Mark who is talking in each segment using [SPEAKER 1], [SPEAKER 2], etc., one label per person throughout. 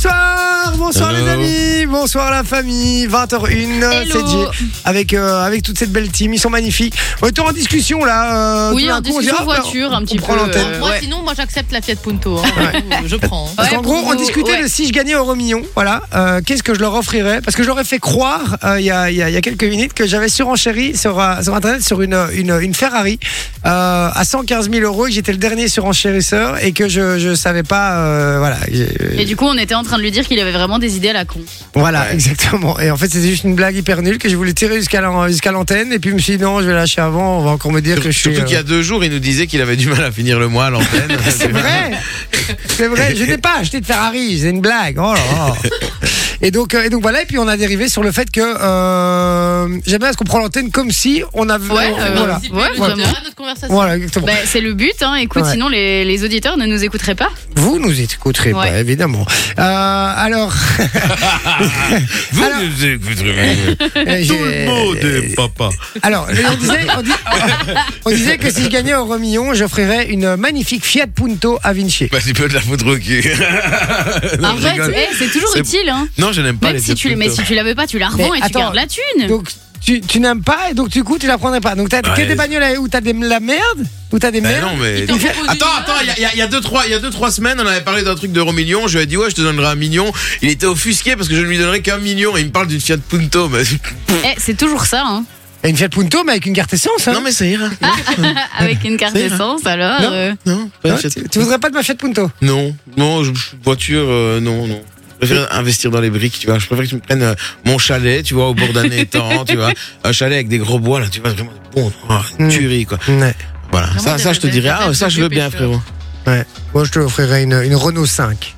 [SPEAKER 1] Bonsoir, bonsoir
[SPEAKER 2] Hello.
[SPEAKER 1] les amis, bonsoir la famille, 20h01,
[SPEAKER 3] Hello.
[SPEAKER 1] euh, c'est Jay, avec, euh, avec toute cette belle team, ils sont magnifiques. Retour en discussion là. euh,
[SPEAKER 3] Oui,
[SPEAKER 1] tout d'un
[SPEAKER 3] en
[SPEAKER 1] coup, on
[SPEAKER 3] discussion
[SPEAKER 1] dit, ah, bah,
[SPEAKER 3] voiture, un petit
[SPEAKER 1] on prend
[SPEAKER 3] peu,
[SPEAKER 1] l'antenne.
[SPEAKER 3] euh,
[SPEAKER 4] Moi,
[SPEAKER 3] ouais.
[SPEAKER 4] sinon, moi, j'accepte la Fiat Punto. hein. Euh, Je prends.
[SPEAKER 1] Parce qu'en
[SPEAKER 3] Ouais,
[SPEAKER 1] gros,
[SPEAKER 3] pour
[SPEAKER 1] on
[SPEAKER 3] vous,
[SPEAKER 1] discutait
[SPEAKER 3] ouais.
[SPEAKER 1] de si je gagnais au remillon, voilà, euh, qu'est-ce que je leur offrirais Parce que je leur ai fait croire, euh, il y, a, il y a- il y a quelques minutes, que j'avais surenchéri sur, euh, sur Internet sur une, une, une Ferrari euh, à 115 000 euros et que j'étais le dernier surenchérisseur et que je je savais pas, euh, voilà.
[SPEAKER 3] Et du coup, on était en train de lui dire qu'il avait vraiment des idées à la con.
[SPEAKER 1] Voilà, exactement. Et en fait, c'était juste une blague hyper nulle que je voulais tirer jusqu'à la- jusqu'à l'antenne. et puis, je me suis dit, non, je vais lâcher avant. On va encore me dire que je suis.
[SPEAKER 2] Surtout
[SPEAKER 1] euh,
[SPEAKER 2] qu'il y a deux jours, il nous disait qu'il avait du mal à finir le mois à l'antenne.
[SPEAKER 1] C'est vrai C'est vrai, je n'ai pas acheté de Ferrari, c'est une blague. Oh là là. Et donc, euh, et donc voilà, et puis on a dérivé sur le fait que euh, j'aime bien ce qu'on prend l'antenne comme si on avait.
[SPEAKER 3] Ouais,
[SPEAKER 1] on-
[SPEAKER 3] euh,
[SPEAKER 1] voilà.
[SPEAKER 3] ouais, vraiment.
[SPEAKER 4] notre conversation.
[SPEAKER 1] Voilà, exactement.
[SPEAKER 3] Bah, c'est le but, hein. écoute,
[SPEAKER 1] Ouais.
[SPEAKER 3] sinon les, les auditeurs ne nous écouteraient pas.
[SPEAKER 1] Vous nous écouterez pas,
[SPEAKER 3] Ouais.
[SPEAKER 1] évidemment. Euh, alors,
[SPEAKER 2] Vous
[SPEAKER 1] Alors-
[SPEAKER 2] nous écouterez.
[SPEAKER 1] euh,
[SPEAKER 2] Tout
[SPEAKER 1] j'ai-
[SPEAKER 2] le monde est papa.
[SPEAKER 1] Alors, on disait, on, dis- on disait que si je gagnais au remillon, j'offrirais une magnifique Fiat Punto à Vinci.
[SPEAKER 2] Bah, tu peux de la foutre au cul. Non, je
[SPEAKER 3] Arrête,
[SPEAKER 2] rigole.
[SPEAKER 3] eh, c'est toujours
[SPEAKER 2] C'est-
[SPEAKER 3] utile. Hein.
[SPEAKER 2] Non, je n'aime pas
[SPEAKER 3] Même
[SPEAKER 2] les
[SPEAKER 3] si tu, mais si tu l'avais pas, tu la revends
[SPEAKER 1] Mais
[SPEAKER 3] et tu
[SPEAKER 1] attends.
[SPEAKER 3] gardes la thune.
[SPEAKER 1] Donc, tu, tu n'aimes pas et donc du coup, tu la prendrais pas. Donc, t'as que
[SPEAKER 2] Ouais.
[SPEAKER 1] des bagnoles où t'as des, la merde Où t'as des
[SPEAKER 2] Bah
[SPEAKER 1] merdes
[SPEAKER 2] non, mais...
[SPEAKER 4] t'en propose une
[SPEAKER 2] Attends,
[SPEAKER 4] image.
[SPEAKER 2] attends, il y a- il y, a- il y a deux, trois, il y a deux, trois semaines, on avait parlé d'un truc d'euro million. Je lui ai dit, ouais, je te donnerai un million. Il était offusqué parce que je ne lui donnerais qu'un million. Et il me parle d'une Fiat Punto. mais-
[SPEAKER 3] Eh, c'est toujours ça, hein.
[SPEAKER 1] Et Une Fiat Punto, mais avec une carte essence. hein.
[SPEAKER 2] Non, mais ça ira.
[SPEAKER 3] Ah. avec une carte
[SPEAKER 2] C'est vrai.
[SPEAKER 3] essence alors.
[SPEAKER 1] Non.
[SPEAKER 3] euh,
[SPEAKER 2] Non, pas une
[SPEAKER 1] Hein,
[SPEAKER 2] Fiat
[SPEAKER 1] tu, tu
[SPEAKER 2] Punto.
[SPEAKER 1] voudrais pas de ma Fiat Punto
[SPEAKER 2] Non, non, je- je- voiture, euh, non, non. Je préfère investir dans les briques, tu vois. Je préfère que tu me prennes euh, mon chalet, tu vois, au bord d'un étang, tu vois. Un chalet avec des gros bois, là, tu vois, vraiment bon, ah,
[SPEAKER 1] Mm.
[SPEAKER 2] tuerie, quoi.
[SPEAKER 1] Ouais.
[SPEAKER 2] Voilà,
[SPEAKER 4] Vraiment,
[SPEAKER 2] ça, ça,
[SPEAKER 4] t'as-
[SPEAKER 2] je te
[SPEAKER 4] t'as-
[SPEAKER 2] dirais,
[SPEAKER 4] t'as-
[SPEAKER 2] ah,
[SPEAKER 4] t'as
[SPEAKER 2] ça, je
[SPEAKER 4] le
[SPEAKER 2] veux bien,
[SPEAKER 4] pêcheur.
[SPEAKER 2] frérot.
[SPEAKER 1] Moi, je te offrirais une, une Renault 5.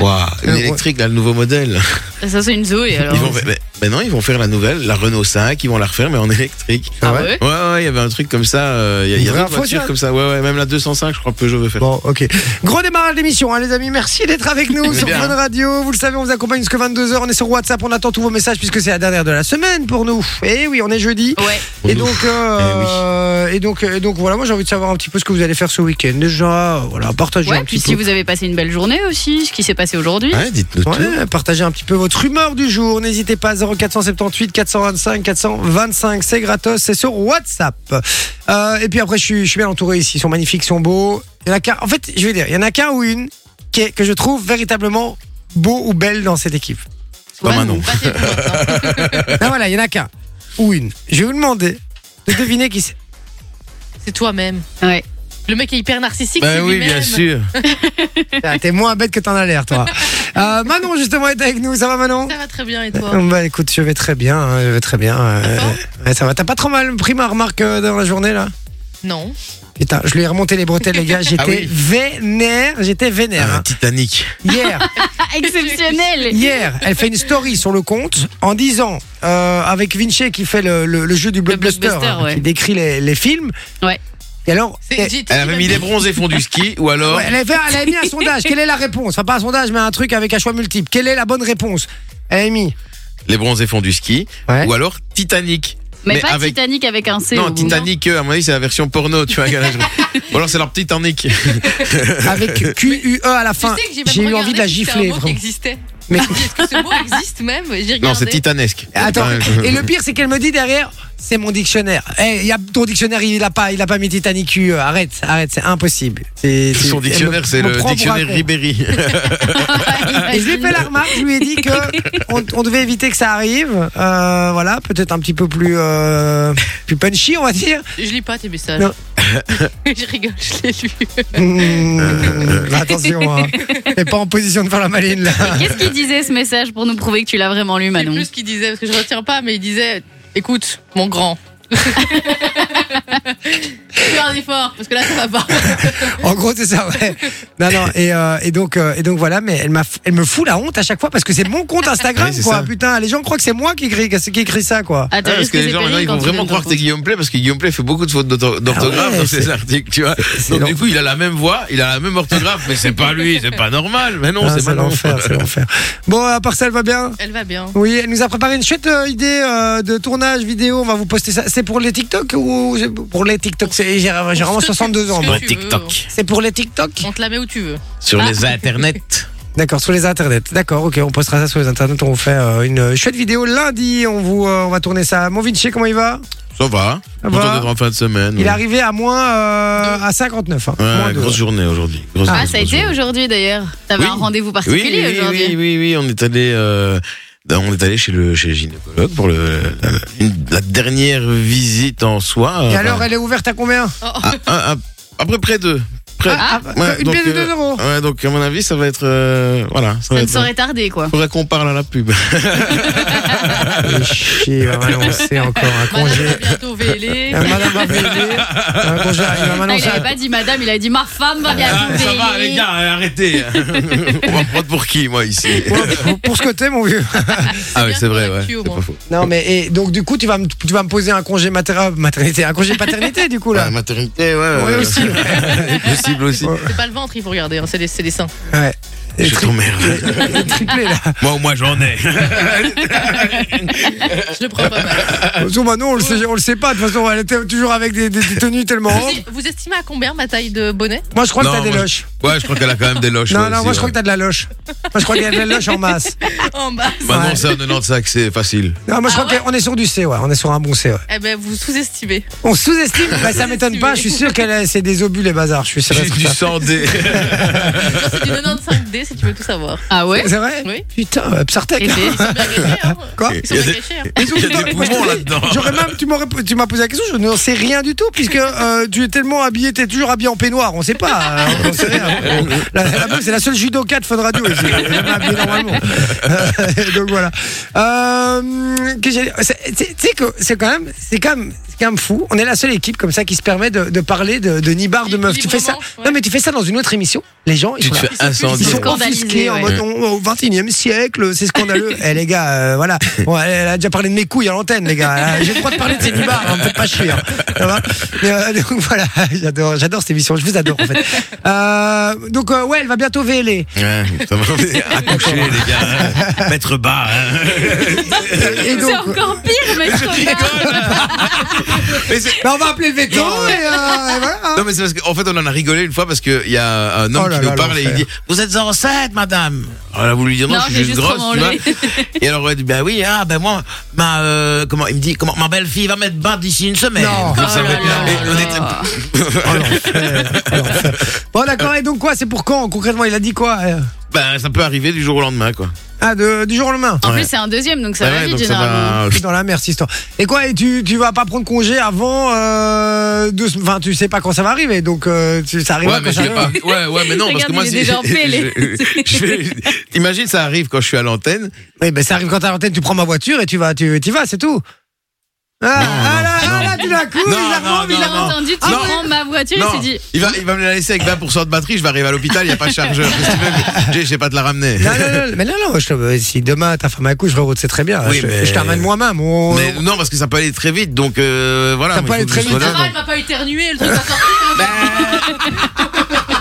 [SPEAKER 2] Waouh, une
[SPEAKER 1] Ouais.
[SPEAKER 2] électrique, là, le nouveau modèle.
[SPEAKER 3] Ça, c'est une Zoé alors.
[SPEAKER 2] Ils vont, faire- mais, mais non, ils vont faire la nouvelle, la Renault 5, ils vont la refaire, mais en électrique.
[SPEAKER 3] Ah
[SPEAKER 1] Ouais.
[SPEAKER 3] ouais
[SPEAKER 2] Ouais, ouais, il y avait un truc comme ça, euh, il y a, il y a
[SPEAKER 1] Vraie
[SPEAKER 2] d'autres
[SPEAKER 1] info,
[SPEAKER 2] voitures
[SPEAKER 1] ça.
[SPEAKER 2] comme ça. Ouais, ouais, même la 205, je crois que Peugeot veut faire.
[SPEAKER 1] Bon, ok. Gros démarrage d'émission, hein, les amis. Merci d'être avec nous
[SPEAKER 2] C'est
[SPEAKER 1] sur
[SPEAKER 2] Eh bien.
[SPEAKER 1] Fun Radio. Vous le savez, on vous accompagne jusqu'à 22h. On est sur WhatsApp. On attend tous vos messages puisque c'est la dernière de la semaine pour nous. Et oui, on est jeudi.
[SPEAKER 3] Ouais.
[SPEAKER 2] Pour
[SPEAKER 1] Et
[SPEAKER 2] nous. Eh
[SPEAKER 1] donc, euh, et donc, et donc, voilà. Moi, j'ai envie de savoir un petit peu ce que vous allez faire ce week-end. Déjà, voilà, partagez
[SPEAKER 3] Ouais,
[SPEAKER 1] un
[SPEAKER 3] puis
[SPEAKER 1] petit
[SPEAKER 3] si
[SPEAKER 1] peu.
[SPEAKER 3] vous avez passé une belle journée aussi, ce qui s'est passé aujourd'hui.
[SPEAKER 2] Ouais, dites-nous tout.
[SPEAKER 1] Ouais, partagez un petit peu votre humeur du jour. N'hésitez pas 0478 425 425. C'est gratos, c'est sur WhatsApp. Euh, et puis après, je suis, je suis bien entouré ici. Ils sont magnifiques, ils sont beaux. Il y en a qu'un. En fait, je vais dire, il y en a qu'un ou une qui est- que je trouve véritablement beau ou belle dans cette équipe.
[SPEAKER 2] Pas
[SPEAKER 3] Ouais,
[SPEAKER 2] Bah, Manon.
[SPEAKER 4] Passez pour maintenant.
[SPEAKER 1] Ah, voilà, il y en a qu'un ou une. Je vais vous demander de deviner qui c'est.
[SPEAKER 4] C'est toi-même.
[SPEAKER 3] Ouais.
[SPEAKER 4] Le mec est hyper narcissique.
[SPEAKER 2] Bah
[SPEAKER 4] c'est
[SPEAKER 2] oui,
[SPEAKER 4] lui-même.
[SPEAKER 2] bien sûr.
[SPEAKER 1] Ah, T'es moins bête que t'en as l'air, toi. Euh, Manon, justement, est avec nous. Ça va, Manon
[SPEAKER 4] Ça va très bien et toi
[SPEAKER 1] Bah écoute, je vais très bien, hein, je vais très bien. euh, ouais, ça va, t'as pas trop mal pris ma remarque euh, dans la journée là
[SPEAKER 4] Non.
[SPEAKER 1] Putain, je lui ai remonté les bretelles les gars, j'étais
[SPEAKER 2] Ah oui.
[SPEAKER 1] vénère, j'étais vénère.
[SPEAKER 2] Ah,
[SPEAKER 1] hein.
[SPEAKER 2] Titanic.
[SPEAKER 1] Hier,
[SPEAKER 3] Ah, exceptionnel.
[SPEAKER 1] hier, elle fait une story sur le compte en disant euh, avec Vinci qui fait le, le- le jeu du blockbuster,
[SPEAKER 3] blockbuster,
[SPEAKER 1] hein,
[SPEAKER 3] ouais.
[SPEAKER 1] qui décrit les, les films.
[SPEAKER 3] Ouais.
[SPEAKER 1] Et alors,
[SPEAKER 4] C'est
[SPEAKER 1] elle,
[SPEAKER 4] JT.
[SPEAKER 2] Elle avait mis les bronzés fonds du ski, ou alors.
[SPEAKER 1] ouais, elle avait fait- elle avait mis un sondage. Quelle est la réponse Enfin pas un sondage, mais un truc avec un choix multiple. Quelle est la bonne réponse Elle a mis.
[SPEAKER 2] les bronzés fonds du ski,
[SPEAKER 1] Ouais.
[SPEAKER 2] ou alors Titanic.
[SPEAKER 3] Mais,
[SPEAKER 2] Mais
[SPEAKER 3] pas
[SPEAKER 2] avec-
[SPEAKER 3] Titanic hein avec un C.
[SPEAKER 2] non,
[SPEAKER 3] au bout.
[SPEAKER 2] Titanic, euh, à mon avis, c'est la version porno, tu vois. ou alors c'est leur Titanic.
[SPEAKER 1] Avec Q-U-E à la
[SPEAKER 4] Tu
[SPEAKER 1] fin.
[SPEAKER 4] sais que j'ai même
[SPEAKER 1] J'ai eu
[SPEAKER 4] regardé
[SPEAKER 1] envie de la
[SPEAKER 4] si c'était
[SPEAKER 1] gifler.
[SPEAKER 4] un mot qui
[SPEAKER 1] vraiment.
[SPEAKER 4] existait.
[SPEAKER 1] Mais-
[SPEAKER 4] Est-ce que ce mot existe même J'ai regardé.
[SPEAKER 2] non, c'est titanesque.
[SPEAKER 1] Attends,
[SPEAKER 2] Ouais,
[SPEAKER 1] et le pire, c'est qu'elle me dit derrière, c'est mon dictionnaire. Eh, y a, ton dictionnaire, il a pas, il a pas mis Titanic UE. Arrête, arrête, c'est impossible. C'est- c'est-
[SPEAKER 2] Son
[SPEAKER 1] elle
[SPEAKER 2] dictionnaire,
[SPEAKER 1] me-
[SPEAKER 2] c'est
[SPEAKER 1] me
[SPEAKER 2] le
[SPEAKER 1] prend pour
[SPEAKER 2] dictionnaire
[SPEAKER 1] un con.
[SPEAKER 2] Ribéry.
[SPEAKER 1] Et je lui ai fait la remarque, je lui ai dit que on, on devait éviter que ça arrive. Euh, voilà, peut-être un petit peu plus, euh, plus punchy, on va dire.
[SPEAKER 4] Je lis pas tes messages.
[SPEAKER 1] Non. Bah
[SPEAKER 4] je rigole, je l'ai lu.
[SPEAKER 1] Mmh, attention, hein. T'es pas en position de faire la maline là.
[SPEAKER 3] Qu'est-ce qu'il disait ce message pour nous prouver que tu l'as vraiment lu,
[SPEAKER 4] Je sais
[SPEAKER 3] Manon
[SPEAKER 4] plus ce qu'il disait parce que je retiens pas, mais il disait Écoute, mon grand. Fais un effort parce que là ça va pas.
[SPEAKER 1] En gros, c'est ça, ouais. Non, non, et, euh, et donc, euh, et donc voilà, mais elle, m'a, elle me fout la honte à chaque fois parce que c'est mon compte Instagram,
[SPEAKER 2] Ouais, c'est
[SPEAKER 1] quoi.
[SPEAKER 2] ça. Ah,
[SPEAKER 1] Putain, les gens croient que c'est moi qui écris, qui écris ça, quoi.
[SPEAKER 3] Attends,
[SPEAKER 2] parce
[SPEAKER 3] est-ce
[SPEAKER 2] que
[SPEAKER 3] que
[SPEAKER 2] les
[SPEAKER 3] c'est
[SPEAKER 2] gens, maintenant,
[SPEAKER 3] Perrine
[SPEAKER 2] ils
[SPEAKER 3] quand
[SPEAKER 2] vont
[SPEAKER 3] tu donnes
[SPEAKER 2] vraiment
[SPEAKER 3] ton
[SPEAKER 2] croire que c'est
[SPEAKER 3] compte
[SPEAKER 2] Guillaume Play, parce que Guillaume Play fait beaucoup de fautes d'auto- d'orthographe
[SPEAKER 1] Ah ouais,
[SPEAKER 2] dans
[SPEAKER 1] c'est-
[SPEAKER 2] ses articles, tu vois.
[SPEAKER 1] c'est
[SPEAKER 2] Donc,
[SPEAKER 1] l'en-
[SPEAKER 2] du coup, il a la même voix, il a la même orthographe, mais c'est pas lui, c'est pas normal. Mais non,
[SPEAKER 1] Ah,
[SPEAKER 2] c'est
[SPEAKER 1] c'est
[SPEAKER 2] Manon.
[SPEAKER 1] l'enfer, c'est l'enfer. Bon, à part ça, elle va bien
[SPEAKER 4] Elle va bien.
[SPEAKER 1] Oui, elle nous a préparé une chouette euh, idée euh, de tournage vidéo. On va vous poster ça. C'est pour les TikTok ou c'est pour les TikTok C'est- J'ai j'ai vraiment 62 ans.
[SPEAKER 4] Ce
[SPEAKER 1] moi.
[SPEAKER 4] que
[SPEAKER 2] Sur
[SPEAKER 4] tu veux.
[SPEAKER 2] TikTok,
[SPEAKER 1] C'est pour les TikTok
[SPEAKER 3] Ah.
[SPEAKER 4] On te la met où tu veux.
[SPEAKER 2] sur les internets.
[SPEAKER 1] D'accord, sur les internets. D'accord, ok, on postera ça sur les internets. On vous fait euh, une chouette vidéo lundi. On vous, euh, on va tourner ça. Mon Vinci, comment il va
[SPEAKER 2] Ça va.
[SPEAKER 1] Ça
[SPEAKER 2] Content
[SPEAKER 1] va.
[SPEAKER 2] d'être en fin de semaine.
[SPEAKER 1] Il est
[SPEAKER 2] ouais.
[SPEAKER 1] arrivé à moins euh, à 59. hein. Moins
[SPEAKER 2] Ouais,
[SPEAKER 1] deux.
[SPEAKER 2] grosse journée aujourd'hui. Grosse
[SPEAKER 3] Ah,
[SPEAKER 2] grosse
[SPEAKER 3] ça a été
[SPEAKER 2] journée.
[SPEAKER 3] aujourd'hui d'ailleurs. T'avais
[SPEAKER 2] Oui.
[SPEAKER 3] un rendez-vous
[SPEAKER 1] euh,
[SPEAKER 2] Oui,
[SPEAKER 3] particulier
[SPEAKER 2] oui,
[SPEAKER 3] aujourd'hui.
[SPEAKER 2] oui, oui, oui, on est allé, euh, on est allé chez le chez le gynécologue pour le la, une- la dernière visite en soi.
[SPEAKER 1] Et
[SPEAKER 2] euh,
[SPEAKER 1] alors, elle est ouverte à combien
[SPEAKER 2] à, à- à- à peu près deux. Près.
[SPEAKER 3] Ah,
[SPEAKER 2] ouais,
[SPEAKER 1] Une
[SPEAKER 2] donc,
[SPEAKER 1] pièce de
[SPEAKER 2] euh,
[SPEAKER 1] 2 euros.
[SPEAKER 2] ouais, donc à mon avis, ça va être euh, voilà, ça
[SPEAKER 3] ça
[SPEAKER 2] va
[SPEAKER 3] ne
[SPEAKER 2] être.
[SPEAKER 3] saurait tarder quoi.
[SPEAKER 2] Faudrait qu'on parle à la pub.
[SPEAKER 1] Et chier, il va m'annoncer encore un congé.
[SPEAKER 4] Madame, bientôt VLE.
[SPEAKER 1] Euh, Madame va m'aider. Un congé, il va
[SPEAKER 3] Ah, il
[SPEAKER 1] m'annoncer
[SPEAKER 3] n'avait
[SPEAKER 1] un-
[SPEAKER 3] pas dit madame, il a dit ma femme va bien trouver.
[SPEAKER 2] gars, arrêtez. euh, on va me prendre pour qui, moi, ici
[SPEAKER 1] Pour- Pour ce côté, mon vieux.
[SPEAKER 2] Ah oui, c'est vrai,
[SPEAKER 4] sur
[SPEAKER 2] ouais.
[SPEAKER 4] l'actu, au
[SPEAKER 2] C'est
[SPEAKER 4] moins.
[SPEAKER 2] pas faux.
[SPEAKER 1] Non, mais et donc, du coup, tu vas me, tu vas me poser un congé mater- euh, maternité, un congé paternité, du coup,
[SPEAKER 2] La
[SPEAKER 1] là.
[SPEAKER 2] maternité, ouais.
[SPEAKER 1] Ouais, euh,
[SPEAKER 2] ouais.
[SPEAKER 1] aussi.
[SPEAKER 2] Possible aussi.
[SPEAKER 1] Ouais.
[SPEAKER 4] C'est pas le ventre, il faut regarder, hein, c'est les, c'est les seins.
[SPEAKER 1] Ouais. Et
[SPEAKER 2] Je
[SPEAKER 1] tri-
[SPEAKER 2] t'emmerde.
[SPEAKER 1] et triplé, là.
[SPEAKER 2] Moi, au moins, j'en ai.
[SPEAKER 4] Je le prends pas mal.
[SPEAKER 1] Surtout, bah, non, on le sait, on le sait pas. De toute façon, elle était toujours avec des, des- des tenues tellement hautes.
[SPEAKER 4] Vous- Vous estimez à combien ma taille de bonnet
[SPEAKER 1] Moi, je crois
[SPEAKER 2] Non,
[SPEAKER 1] que t'as des
[SPEAKER 2] moi,
[SPEAKER 1] loches.
[SPEAKER 2] Ouais, je crois qu'elle a quand même des loches.
[SPEAKER 1] Non,
[SPEAKER 2] ouais,
[SPEAKER 1] non,
[SPEAKER 2] aussi,
[SPEAKER 1] moi, je crois
[SPEAKER 2] ouais.
[SPEAKER 1] que t'as de la loche. Moi, je crois qu'il y a de la loche en masse.
[SPEAKER 4] En bas.
[SPEAKER 2] Maintenant,
[SPEAKER 1] Ouais.
[SPEAKER 2] Bah c'est un 95, c'est facile.
[SPEAKER 1] Non, moi, je
[SPEAKER 4] Ah
[SPEAKER 1] crois qu'on est sur du C, ouais. On est sur un bon C, ouais.
[SPEAKER 4] Eh ben, vous sous-estimez.
[SPEAKER 1] On sous-estime Bah, ça m'étonne pas. Je suis sûr qu'elle a- c'est des obus, les bazars. Je suis sûr.
[SPEAKER 2] J'ai du 100D.
[SPEAKER 4] Genre, C'est du 95D si tu veux tout savoir.
[SPEAKER 3] Ah ouais
[SPEAKER 1] C'est vrai
[SPEAKER 4] Oui.
[SPEAKER 1] Putain, euh,
[SPEAKER 3] Et
[SPEAKER 1] Psartec.
[SPEAKER 3] c'est-
[SPEAKER 4] Ils sont bien cachés, hein.
[SPEAKER 1] Quoi
[SPEAKER 4] Ils sont
[SPEAKER 2] Il y a
[SPEAKER 4] bien
[SPEAKER 2] des-
[SPEAKER 4] cachés, hein.
[SPEAKER 2] Il y a des poumons là-dedans.
[SPEAKER 1] J'aurais même, tu m'aurais, tu m'as posé la question, je n'en sais rien du tout, puisque euh, tu es tellement habillé, t'es toujours habillé en peignoir, on sait pas, euh, on sait rien. La, la meuf, c'est la seule judoka de Fun Radio ici, elle est jamais habillée normalement. Euh, donc voilà. Euh, que j'ai- c'est- c'est- tu sais que c'est quand même, c'est quand même, c'est quand même fou. On est la seule équipe comme ça qui se permet de, de parler de, de nibards de meufs. Tu fais ça
[SPEAKER 4] Librement, ouais.
[SPEAKER 1] Non mais tu fais ça dans une autre émission, les gens ils
[SPEAKER 2] Tu
[SPEAKER 1] sont
[SPEAKER 2] te
[SPEAKER 1] là.
[SPEAKER 2] fais
[SPEAKER 1] Ils
[SPEAKER 2] incendier.
[SPEAKER 1] sont
[SPEAKER 3] Scandalisés,
[SPEAKER 1] offusqués en
[SPEAKER 3] ouais.
[SPEAKER 1] mode on- au 21 e siècle, c'est scandaleux. Eh les gars, euh, voilà. Bon, elle, elle a déjà parlé de mes couilles à l'antenne, les gars. Euh, J'ai le droit de parler de ces nibards, hein, faites pas chier. hein. Ça va Mais, euh, donc voilà, j'adore, j'adore cette émission, je vous adore en fait. Euh, donc euh, ouais, elle va bientôt véler.
[SPEAKER 2] Ouais, ça va. Accoucher, les gars. hein. Mettre bas. hein.
[SPEAKER 1] Et donc,
[SPEAKER 3] C'est encore pire, mais je
[SPEAKER 2] Mais c'est-
[SPEAKER 1] bah, on va appeler le veto et, euh, et voilà. hein.
[SPEAKER 2] Non mais c'est parce qu'en fait on en a rigolé une fois parce qu'il y a un homme
[SPEAKER 1] Oh là
[SPEAKER 2] qui nous
[SPEAKER 1] là,
[SPEAKER 2] parle et il
[SPEAKER 1] l'enfer.
[SPEAKER 2] dit Vous êtes enceinte madame Alors elle a voulu dire non,
[SPEAKER 3] Non,
[SPEAKER 2] je
[SPEAKER 3] j'ai
[SPEAKER 2] suis juste
[SPEAKER 3] juste
[SPEAKER 2] grosse tu vois
[SPEAKER 3] remangé.
[SPEAKER 2] Et alors elle dit bah oui ah ben moi ma euh, comment il me dit comment ma belle-fille va mettre bain d'ici une semaine
[SPEAKER 1] Non.
[SPEAKER 2] Vous
[SPEAKER 1] Oh
[SPEAKER 2] savez.
[SPEAKER 3] là là
[SPEAKER 2] Et on
[SPEAKER 3] là.
[SPEAKER 2] était-
[SPEAKER 1] Oh, l'enfer, oh, l'enfer. Bon d'accord, et donc quoi, c'est pour quand concrètement Il a dit quoi euh
[SPEAKER 2] Ben ça peut arriver du jour au lendemain quoi
[SPEAKER 1] Ah, de- du jour au lendemain
[SPEAKER 3] En
[SPEAKER 2] Ouais.
[SPEAKER 3] plus, c'est un deuxième, donc ça
[SPEAKER 2] Ouais,
[SPEAKER 3] va
[SPEAKER 2] ouais,
[SPEAKER 3] vite
[SPEAKER 2] donc ça
[SPEAKER 3] généralement.
[SPEAKER 2] va-
[SPEAKER 1] Je suis dans la merde cette histoire. Et quoi, et tu, tu vas pas prendre congé avant euh, deux sem- Enfin, tu sais pas quand ça va arriver, donc euh, tu- ça arrive
[SPEAKER 2] Ouais, mais
[SPEAKER 1] quand
[SPEAKER 2] je
[SPEAKER 1] ça
[SPEAKER 2] sais
[SPEAKER 1] arrive.
[SPEAKER 2] pas. Ouais, ouais, mais non, parce
[SPEAKER 3] Regarde,
[SPEAKER 2] que moi,
[SPEAKER 3] il est
[SPEAKER 2] si-
[SPEAKER 3] déjà en E. PLS.
[SPEAKER 2] je- je vais- imagine, ça arrive quand je suis à l'antenne.
[SPEAKER 1] Oui, ben, ça arrive quand t'as l'antenne, tu prends ma voiture et tu vas, tu y vas, c'est tout. Ah, ah là,
[SPEAKER 2] non.
[SPEAKER 1] ah là, tu la couilles,
[SPEAKER 2] Non,
[SPEAKER 1] il la
[SPEAKER 2] non,
[SPEAKER 1] remonte, il
[SPEAKER 3] Il
[SPEAKER 1] la
[SPEAKER 3] a
[SPEAKER 2] non,
[SPEAKER 1] remonte.
[SPEAKER 3] entendu, tu
[SPEAKER 2] Non.
[SPEAKER 3] prends ma voiture, il
[SPEAKER 2] Non,
[SPEAKER 3] s'est dit.
[SPEAKER 2] il va, il va me la laisser avec 20% de batterie, je vais arriver à l'hôpital, il n'y a pas de chargeur. Qu'est-ce que tu veux que- J'ai- Je sais pas te la ramener.
[SPEAKER 1] Non, non, non, mais non, non, je te- si demain ta femme accouche, frérot, c'est très bien.
[SPEAKER 2] Oui,
[SPEAKER 1] je,
[SPEAKER 2] mais-
[SPEAKER 1] je t'amène moi-même. on-
[SPEAKER 2] Mais non, parce que ça peut aller très vite, donc euh, voilà.
[SPEAKER 1] Ça peut
[SPEAKER 2] moi, il
[SPEAKER 1] aller
[SPEAKER 2] faut que
[SPEAKER 1] très
[SPEAKER 2] je
[SPEAKER 1] vite.
[SPEAKER 2] sois là,
[SPEAKER 4] Ça va,
[SPEAKER 2] donc.
[SPEAKER 4] elle va pas éternuer, le truc va sortir.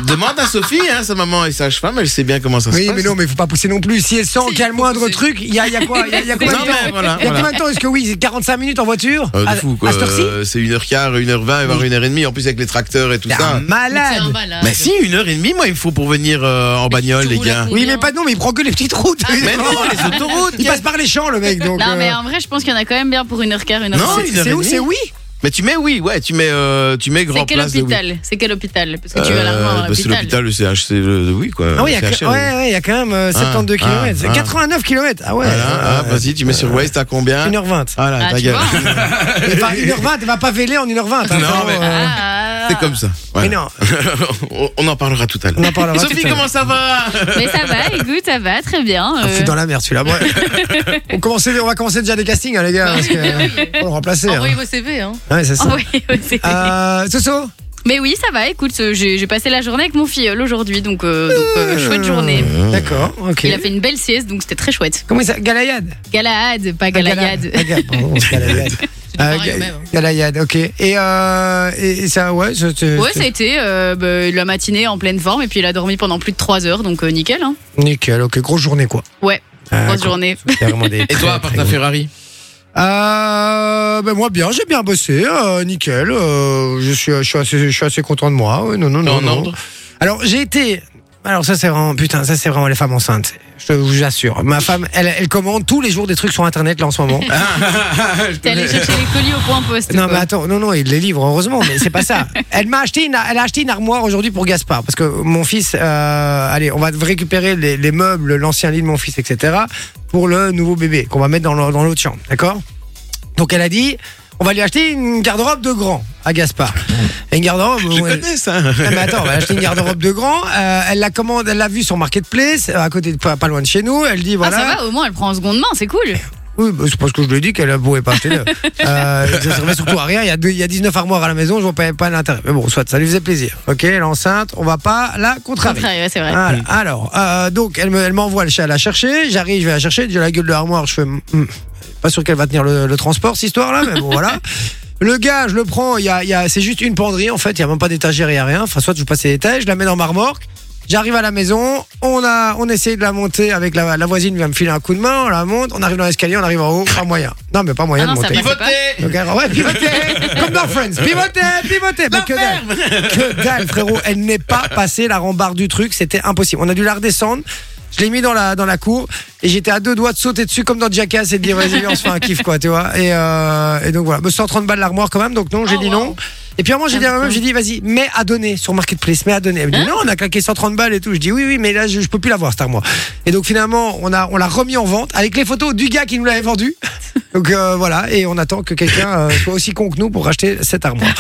[SPEAKER 2] Demande à Sophie, hein, sa maman est sage-femme, elle sait bien comment ça se
[SPEAKER 1] Oui,
[SPEAKER 2] passe.
[SPEAKER 1] mais non, mais faut pas pousser non plus. Si elle sent
[SPEAKER 4] Si,
[SPEAKER 1] qu'il y a le
[SPEAKER 4] faut
[SPEAKER 1] moindre
[SPEAKER 4] pousser.
[SPEAKER 1] truc, il y a, il y a quoi Il y a, il y a combien de
[SPEAKER 2] Non,
[SPEAKER 1] temps
[SPEAKER 2] mais voilà,
[SPEAKER 1] Il y a
[SPEAKER 2] voilà.
[SPEAKER 1] combien de temps Est-ce que oui, c'est 45 minutes en voiture
[SPEAKER 2] Euh, de
[SPEAKER 1] à,
[SPEAKER 2] fou, quoi.
[SPEAKER 1] à cette heure-ci Bah,
[SPEAKER 2] Euh, C'est 1h15, 1h20, voire 1h30, en plus avec les tracteurs et tout
[SPEAKER 1] T'es un
[SPEAKER 2] ça.
[SPEAKER 4] C'est un
[SPEAKER 1] malade.
[SPEAKER 4] malade.
[SPEAKER 2] Mais si, 1h30, moi, il me faut pour venir euh, en bagnole,
[SPEAKER 4] tu
[SPEAKER 2] les
[SPEAKER 4] roules à
[SPEAKER 2] gars.
[SPEAKER 4] fond.
[SPEAKER 1] Oui, mais pas non, mais il prend que les petites routes.
[SPEAKER 3] Ah,
[SPEAKER 2] Mais non, les autoroutes,
[SPEAKER 1] il passe par les champs, le mec. Donc,
[SPEAKER 3] Non,
[SPEAKER 1] euh, Ah,
[SPEAKER 3] mais en vrai, je pense qu'il y en a quand même bien pour une heure quart, une heure
[SPEAKER 2] Non,
[SPEAKER 3] quart.
[SPEAKER 1] c'est-
[SPEAKER 2] une heure
[SPEAKER 1] c'est
[SPEAKER 2] et
[SPEAKER 1] où
[SPEAKER 2] demie.
[SPEAKER 1] C'est oui.
[SPEAKER 2] Mais tu mets, oui, ouais, tu mets, euh, tu mets grand
[SPEAKER 3] C'est quel
[SPEAKER 2] place. de oui.
[SPEAKER 3] hôpital C'est quel hôpital Parce que tu vas la
[SPEAKER 2] Euh,
[SPEAKER 3] rejoindre à
[SPEAKER 2] bah, C'est l'hôpital,
[SPEAKER 3] l'hôpital.
[SPEAKER 2] le CHC, le- oui, quoi.
[SPEAKER 1] Ah oui, il y a,
[SPEAKER 2] CHR,
[SPEAKER 1] que- ouais, ouais, il y a quand même euh, 72
[SPEAKER 2] Ah,
[SPEAKER 1] km.
[SPEAKER 2] ah.
[SPEAKER 1] 89 km. Ah ouais.
[SPEAKER 2] Voilà, ah, vas-y, tu mets sur Waze, t'as combien
[SPEAKER 1] 1h20.
[SPEAKER 2] Ah là,
[SPEAKER 3] Ah,
[SPEAKER 2] ta
[SPEAKER 3] tu
[SPEAKER 2] gueule.
[SPEAKER 3] vois hein.
[SPEAKER 1] Enfin, 1h20, elle va pas véler en 1h20. hein,
[SPEAKER 2] Non,
[SPEAKER 1] vraiment,
[SPEAKER 2] mais-
[SPEAKER 1] euh,
[SPEAKER 3] Ah.
[SPEAKER 2] C'est comme ça.
[SPEAKER 1] mais
[SPEAKER 2] Voilà.
[SPEAKER 1] non.
[SPEAKER 2] On- On en parlera tout à l'heure.
[SPEAKER 1] On en parlera tout à
[SPEAKER 2] Sophie,
[SPEAKER 1] l'heure.
[SPEAKER 2] comment ça va
[SPEAKER 3] Mais ça va, écoute, ça va, très bien.
[SPEAKER 1] Ah,
[SPEAKER 3] euh.
[SPEAKER 1] foutre dans la merde celui-là. Bon, on, commence- on va commencer déjà des castings, hein, les
[SPEAKER 3] Ah
[SPEAKER 1] gars. Parce que, faut le remplacer. hein.
[SPEAKER 4] Envoyez vos CV, hein.
[SPEAKER 1] Ouais, c'est ça.
[SPEAKER 3] Oh, oui, c'est- Ah
[SPEAKER 1] Euh, Soso
[SPEAKER 3] Mais oui, ça va, écoute, euh, j'ai j'ai passé la journée avec mon filleul aujourd'hui, donc, euh, donc, euh, chouette journée.
[SPEAKER 1] D'accord, Ah, ok.
[SPEAKER 3] Il a fait une belle sieste, donc c'était très chouette.
[SPEAKER 1] Comment il s'appelle Galayad
[SPEAKER 3] Galahad, pas Galahad.
[SPEAKER 1] Ah, Gala- pardon, Galayad.
[SPEAKER 4] C'est du
[SPEAKER 1] Euh,
[SPEAKER 4] pareil au même.
[SPEAKER 1] Ga-
[SPEAKER 3] hein.
[SPEAKER 1] Galayad, ok. Et, euh, et, et ça, ouais, je- je-
[SPEAKER 3] Ouais, ça a été euh, bah, la matinée en pleine forme, et puis il a dormi pendant plus de 3 heures, donc euh, nickel. Hein.
[SPEAKER 1] Nickel, ok, grosse journée quoi.
[SPEAKER 3] Ouais,
[SPEAKER 1] Euh,
[SPEAKER 3] grosse
[SPEAKER 1] gros-
[SPEAKER 3] journée.
[SPEAKER 1] c'est vraiment des
[SPEAKER 2] Et
[SPEAKER 1] très,
[SPEAKER 2] toi, à part
[SPEAKER 1] très
[SPEAKER 2] ta
[SPEAKER 1] gros-
[SPEAKER 2] Ferrari
[SPEAKER 1] Euh, ben moi bien, j'ai bien bossé, euh, nickel. euh, je suis, je suis assez, je suis assez content de moi. ouais, non, non,
[SPEAKER 2] T'es
[SPEAKER 1] non,
[SPEAKER 2] en
[SPEAKER 1] non.
[SPEAKER 2] ordre
[SPEAKER 1] Alors j'ai été Alors ça c'est vraiment putain, ça c'est vraiment les femmes enceintes. Je vous assure. Ma femme, elle, elle commande tous les jours des trucs sur internet là en ce moment.
[SPEAKER 3] T'es allé chercher les colis au point poste.
[SPEAKER 1] Non
[SPEAKER 3] quoi.
[SPEAKER 1] mais attends, non non, il les livre heureusement, mais c'est pas ça. Elle m'a acheté une, elle a acheté une armoire aujourd'hui pour Gaspard parce que mon fils, euh, allez, on va récupérer les, les meubles, l'ancien lit de mon fils, etc. pour le nouveau bébé qu'on va mettre dans le- dans l'autre chambre, d'accord Donc elle a dit, on va lui acheter une garde-robe de grand à Gaspard.
[SPEAKER 3] Mmh.
[SPEAKER 1] Et une garde-robe.
[SPEAKER 2] Je
[SPEAKER 1] ouais,
[SPEAKER 2] connais ça.
[SPEAKER 3] Bah,
[SPEAKER 1] non, mais attends, elle a acheté une garde-robe de grand. euh, elle la commande, elle l'a vue sur Marketplace, euh, à côté de, pas, pas loin de chez nous. Elle dit
[SPEAKER 3] Ah,
[SPEAKER 1] voilà.
[SPEAKER 3] ça va, au moins elle prend en seconde main, c'est cool.
[SPEAKER 1] oui, bah, c'est parce que je lui ai dit qu'elle ne pouvait pas acheter. euh, euh, ça servait surtout à rien. Il y, a deux- il y a 19 armoires à la maison, je vois pas, pas l'intérêt. Mais bon, soit, ça lui faisait plaisir. Ok, elle est enceinte, on va pas la contrarier.
[SPEAKER 4] Contrarier, ouais, c'est vrai.
[SPEAKER 1] Voilà. Alors, euh, donc, elle me- elle m'envoie le chat la chercher. J'arrive, je vais la chercher. J'ai la gueule de l'armoire. Je fais, hmm, pas sûr qu'elle va tenir le, le transport, cette histoire-là, mais bon, voilà. Le gars, je le prends. Il y a, il y a- c'est juste une penderie, en fait. Il n'y a même pas d'étagère, il n'y a rien. Enfin, soit je vous passe les étages, je la mets dans ma remorque. J'arrive à la maison, on a, on essaye de la monter avec la, la voisine, vient me filer un coup de main, on la monte, on arrive dans l'escalier, on arrive en haut, pas moyen. Non, mais pas moyen
[SPEAKER 3] Ah
[SPEAKER 1] de
[SPEAKER 3] non, ça
[SPEAKER 1] monter.
[SPEAKER 3] passe pas.
[SPEAKER 1] Donc, alors, ouais, pivoter, comme dans Friends, pivoter, pivoter. Mais que dalle, que dalle, frérot. Elle n'est pas passée la rambarde du truc, c'était impossible. On a dû la redescendre. Je l'ai mis dans la, dans la cour et j'étais à deux doigts de sauter dessus comme dans Jackass et de dire vas-y, on se fait un kiff, quoi, tu vois. Et, euh, et donc voilà, Mais 130 balles l'armoire quand même, donc non, j'ai
[SPEAKER 3] Oh,
[SPEAKER 1] dit
[SPEAKER 3] wow.
[SPEAKER 1] non. Et puis à un moment, j'ai dit à ma meuf, j'ai dit vas-y, mets à donner sur Marketplace, mets à donner. Elle me
[SPEAKER 3] Hein
[SPEAKER 1] dit non, on a claqué 130 balles et tout. Je dis oui, oui, mais là, je, je peux plus l'avoir cette armoire. Et donc finalement, on a on l'a remis en vente avec les photos du gars qui nous l'avait vendu. Donc euh, voilà, et on attend que quelqu'un euh, soit aussi con que nous pour racheter cette armoire.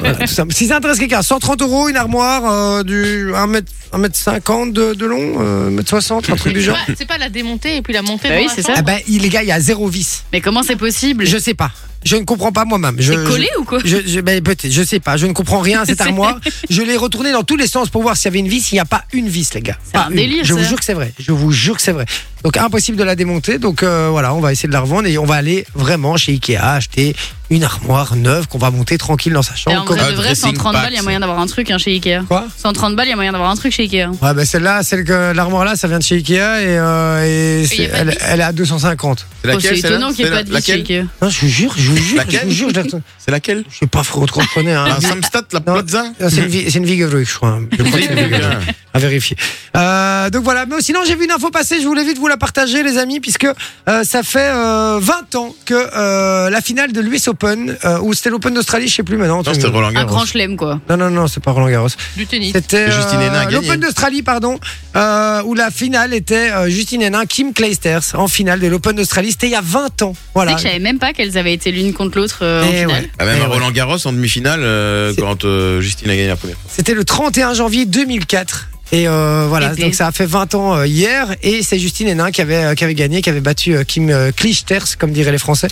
[SPEAKER 1] Voilà, tout simple. Si ça intéresse quelqu'un, 130 euros, une armoire euh, du 1m, 1m50 de, de long, euh, 1m60, un truc du
[SPEAKER 4] C'est
[SPEAKER 1] genre.
[SPEAKER 4] pas- C'est pas la démonter et puis la monter.
[SPEAKER 3] Bah
[SPEAKER 4] dans
[SPEAKER 3] oui,
[SPEAKER 4] la
[SPEAKER 3] c'est
[SPEAKER 4] chambre.
[SPEAKER 3] ça.
[SPEAKER 1] Ah ben, il- les gars, il y a zéro vis.
[SPEAKER 3] Mais comment c'est possible
[SPEAKER 1] Je sais pas. Je ne comprends pas moi-même. Je-
[SPEAKER 3] C'est collé ou quoi
[SPEAKER 1] je, je, ben, peut-être, je sais pas, je ne comprends rien à cette armoire. Je l'ai retournée dans tous les sens pour voir s'il y avait une vis. Il n'y a pas une vis, les gars.
[SPEAKER 3] C'est
[SPEAKER 1] Pas
[SPEAKER 3] un
[SPEAKER 1] une.
[SPEAKER 3] délire,
[SPEAKER 1] Je vous
[SPEAKER 3] ça.
[SPEAKER 1] jure que c'est vrai. Je vous jure que c'est vrai. Donc impossible de la démonter. Donc euh, voilà, on va essayer de la revendre et on va aller vraiment chez Ikea acheter une armoire neuve qu'on va monter tranquille dans sa
[SPEAKER 3] Et
[SPEAKER 1] chambre.
[SPEAKER 3] en vrai,
[SPEAKER 2] un
[SPEAKER 3] de vrai,
[SPEAKER 2] dressing
[SPEAKER 3] 130
[SPEAKER 2] pack,
[SPEAKER 3] balles, il y a
[SPEAKER 2] ça.
[SPEAKER 3] moyen d'avoir un truc hein, chez Ikea.
[SPEAKER 1] Quoi
[SPEAKER 3] 130 balles, il y a moyen d'avoir un truc chez Ikea. hein.
[SPEAKER 1] Ouais, ben celle-là, celle que l'armoire là, ça vient de chez Ikea et, euh, et c'est-
[SPEAKER 4] y a pas
[SPEAKER 1] elle,
[SPEAKER 4] de vis
[SPEAKER 1] elle est à 250.
[SPEAKER 2] C'est
[SPEAKER 3] Oh, c'est étonnant qu'il n'y ait pas de vis chez
[SPEAKER 2] Laquelle
[SPEAKER 3] Ikea.
[SPEAKER 1] Non, je vous jure, je vous jure,
[SPEAKER 2] Laquelle
[SPEAKER 1] je vous jure, je la retourne.
[SPEAKER 2] C'est laquelle
[SPEAKER 1] Je sais pas, frérot, trop connais. Hein.
[SPEAKER 2] Un Samstat, la Plaza
[SPEAKER 1] Non, Ah, C'est une, vie- c'est une Vigevreux, je crois. hein. Je crois que c'est une Vigevreux.
[SPEAKER 2] Ah,
[SPEAKER 1] à vérifier. Euh, donc voilà, mais sinon j'ai vu une info passer, je voulais vite vous la partager les amis, puisque euh, ça fait euh, 20 ans que euh, la finale de l'US Open, euh, ou c'était l'Open d'Australie, je sais plus maintenant.
[SPEAKER 2] Non, c'était Roland
[SPEAKER 3] Un
[SPEAKER 2] Garros.
[SPEAKER 3] grand chelem, quoi.
[SPEAKER 1] non, non, non, c'est pas Roland Garros.
[SPEAKER 4] Du tennis.
[SPEAKER 1] C'était euh,
[SPEAKER 2] Et Justine Hénin a gagné.
[SPEAKER 1] l'Open d'Australie, pardon, euh, où la finale était euh, Justine Hénin, Kim Clijsters en finale de l'Open d'Australie. C'était il y a 20 ans.
[SPEAKER 3] Tu sais
[SPEAKER 1] Voilà.
[SPEAKER 3] que je savais même pas qu'elles avaient été l'une contre l'autre euh, en
[SPEAKER 1] Eh
[SPEAKER 3] finale.
[SPEAKER 1] ouais.
[SPEAKER 2] Ah, même
[SPEAKER 1] Eh
[SPEAKER 2] à
[SPEAKER 1] ouais.
[SPEAKER 2] Roland Garros en demi-finale, euh,
[SPEAKER 1] C'est-
[SPEAKER 2] quand euh, Justine a gagné la première.
[SPEAKER 1] C'était le 31 janvier 2004. Et euh, voilà,
[SPEAKER 3] Épée.
[SPEAKER 1] donc ça a fait 20 ans euh, hier. Et c'est Justine Hénin qui avait, euh, qui avait gagné, qui avait battu euh, Kim euh, Clijsters, comme diraient les Français.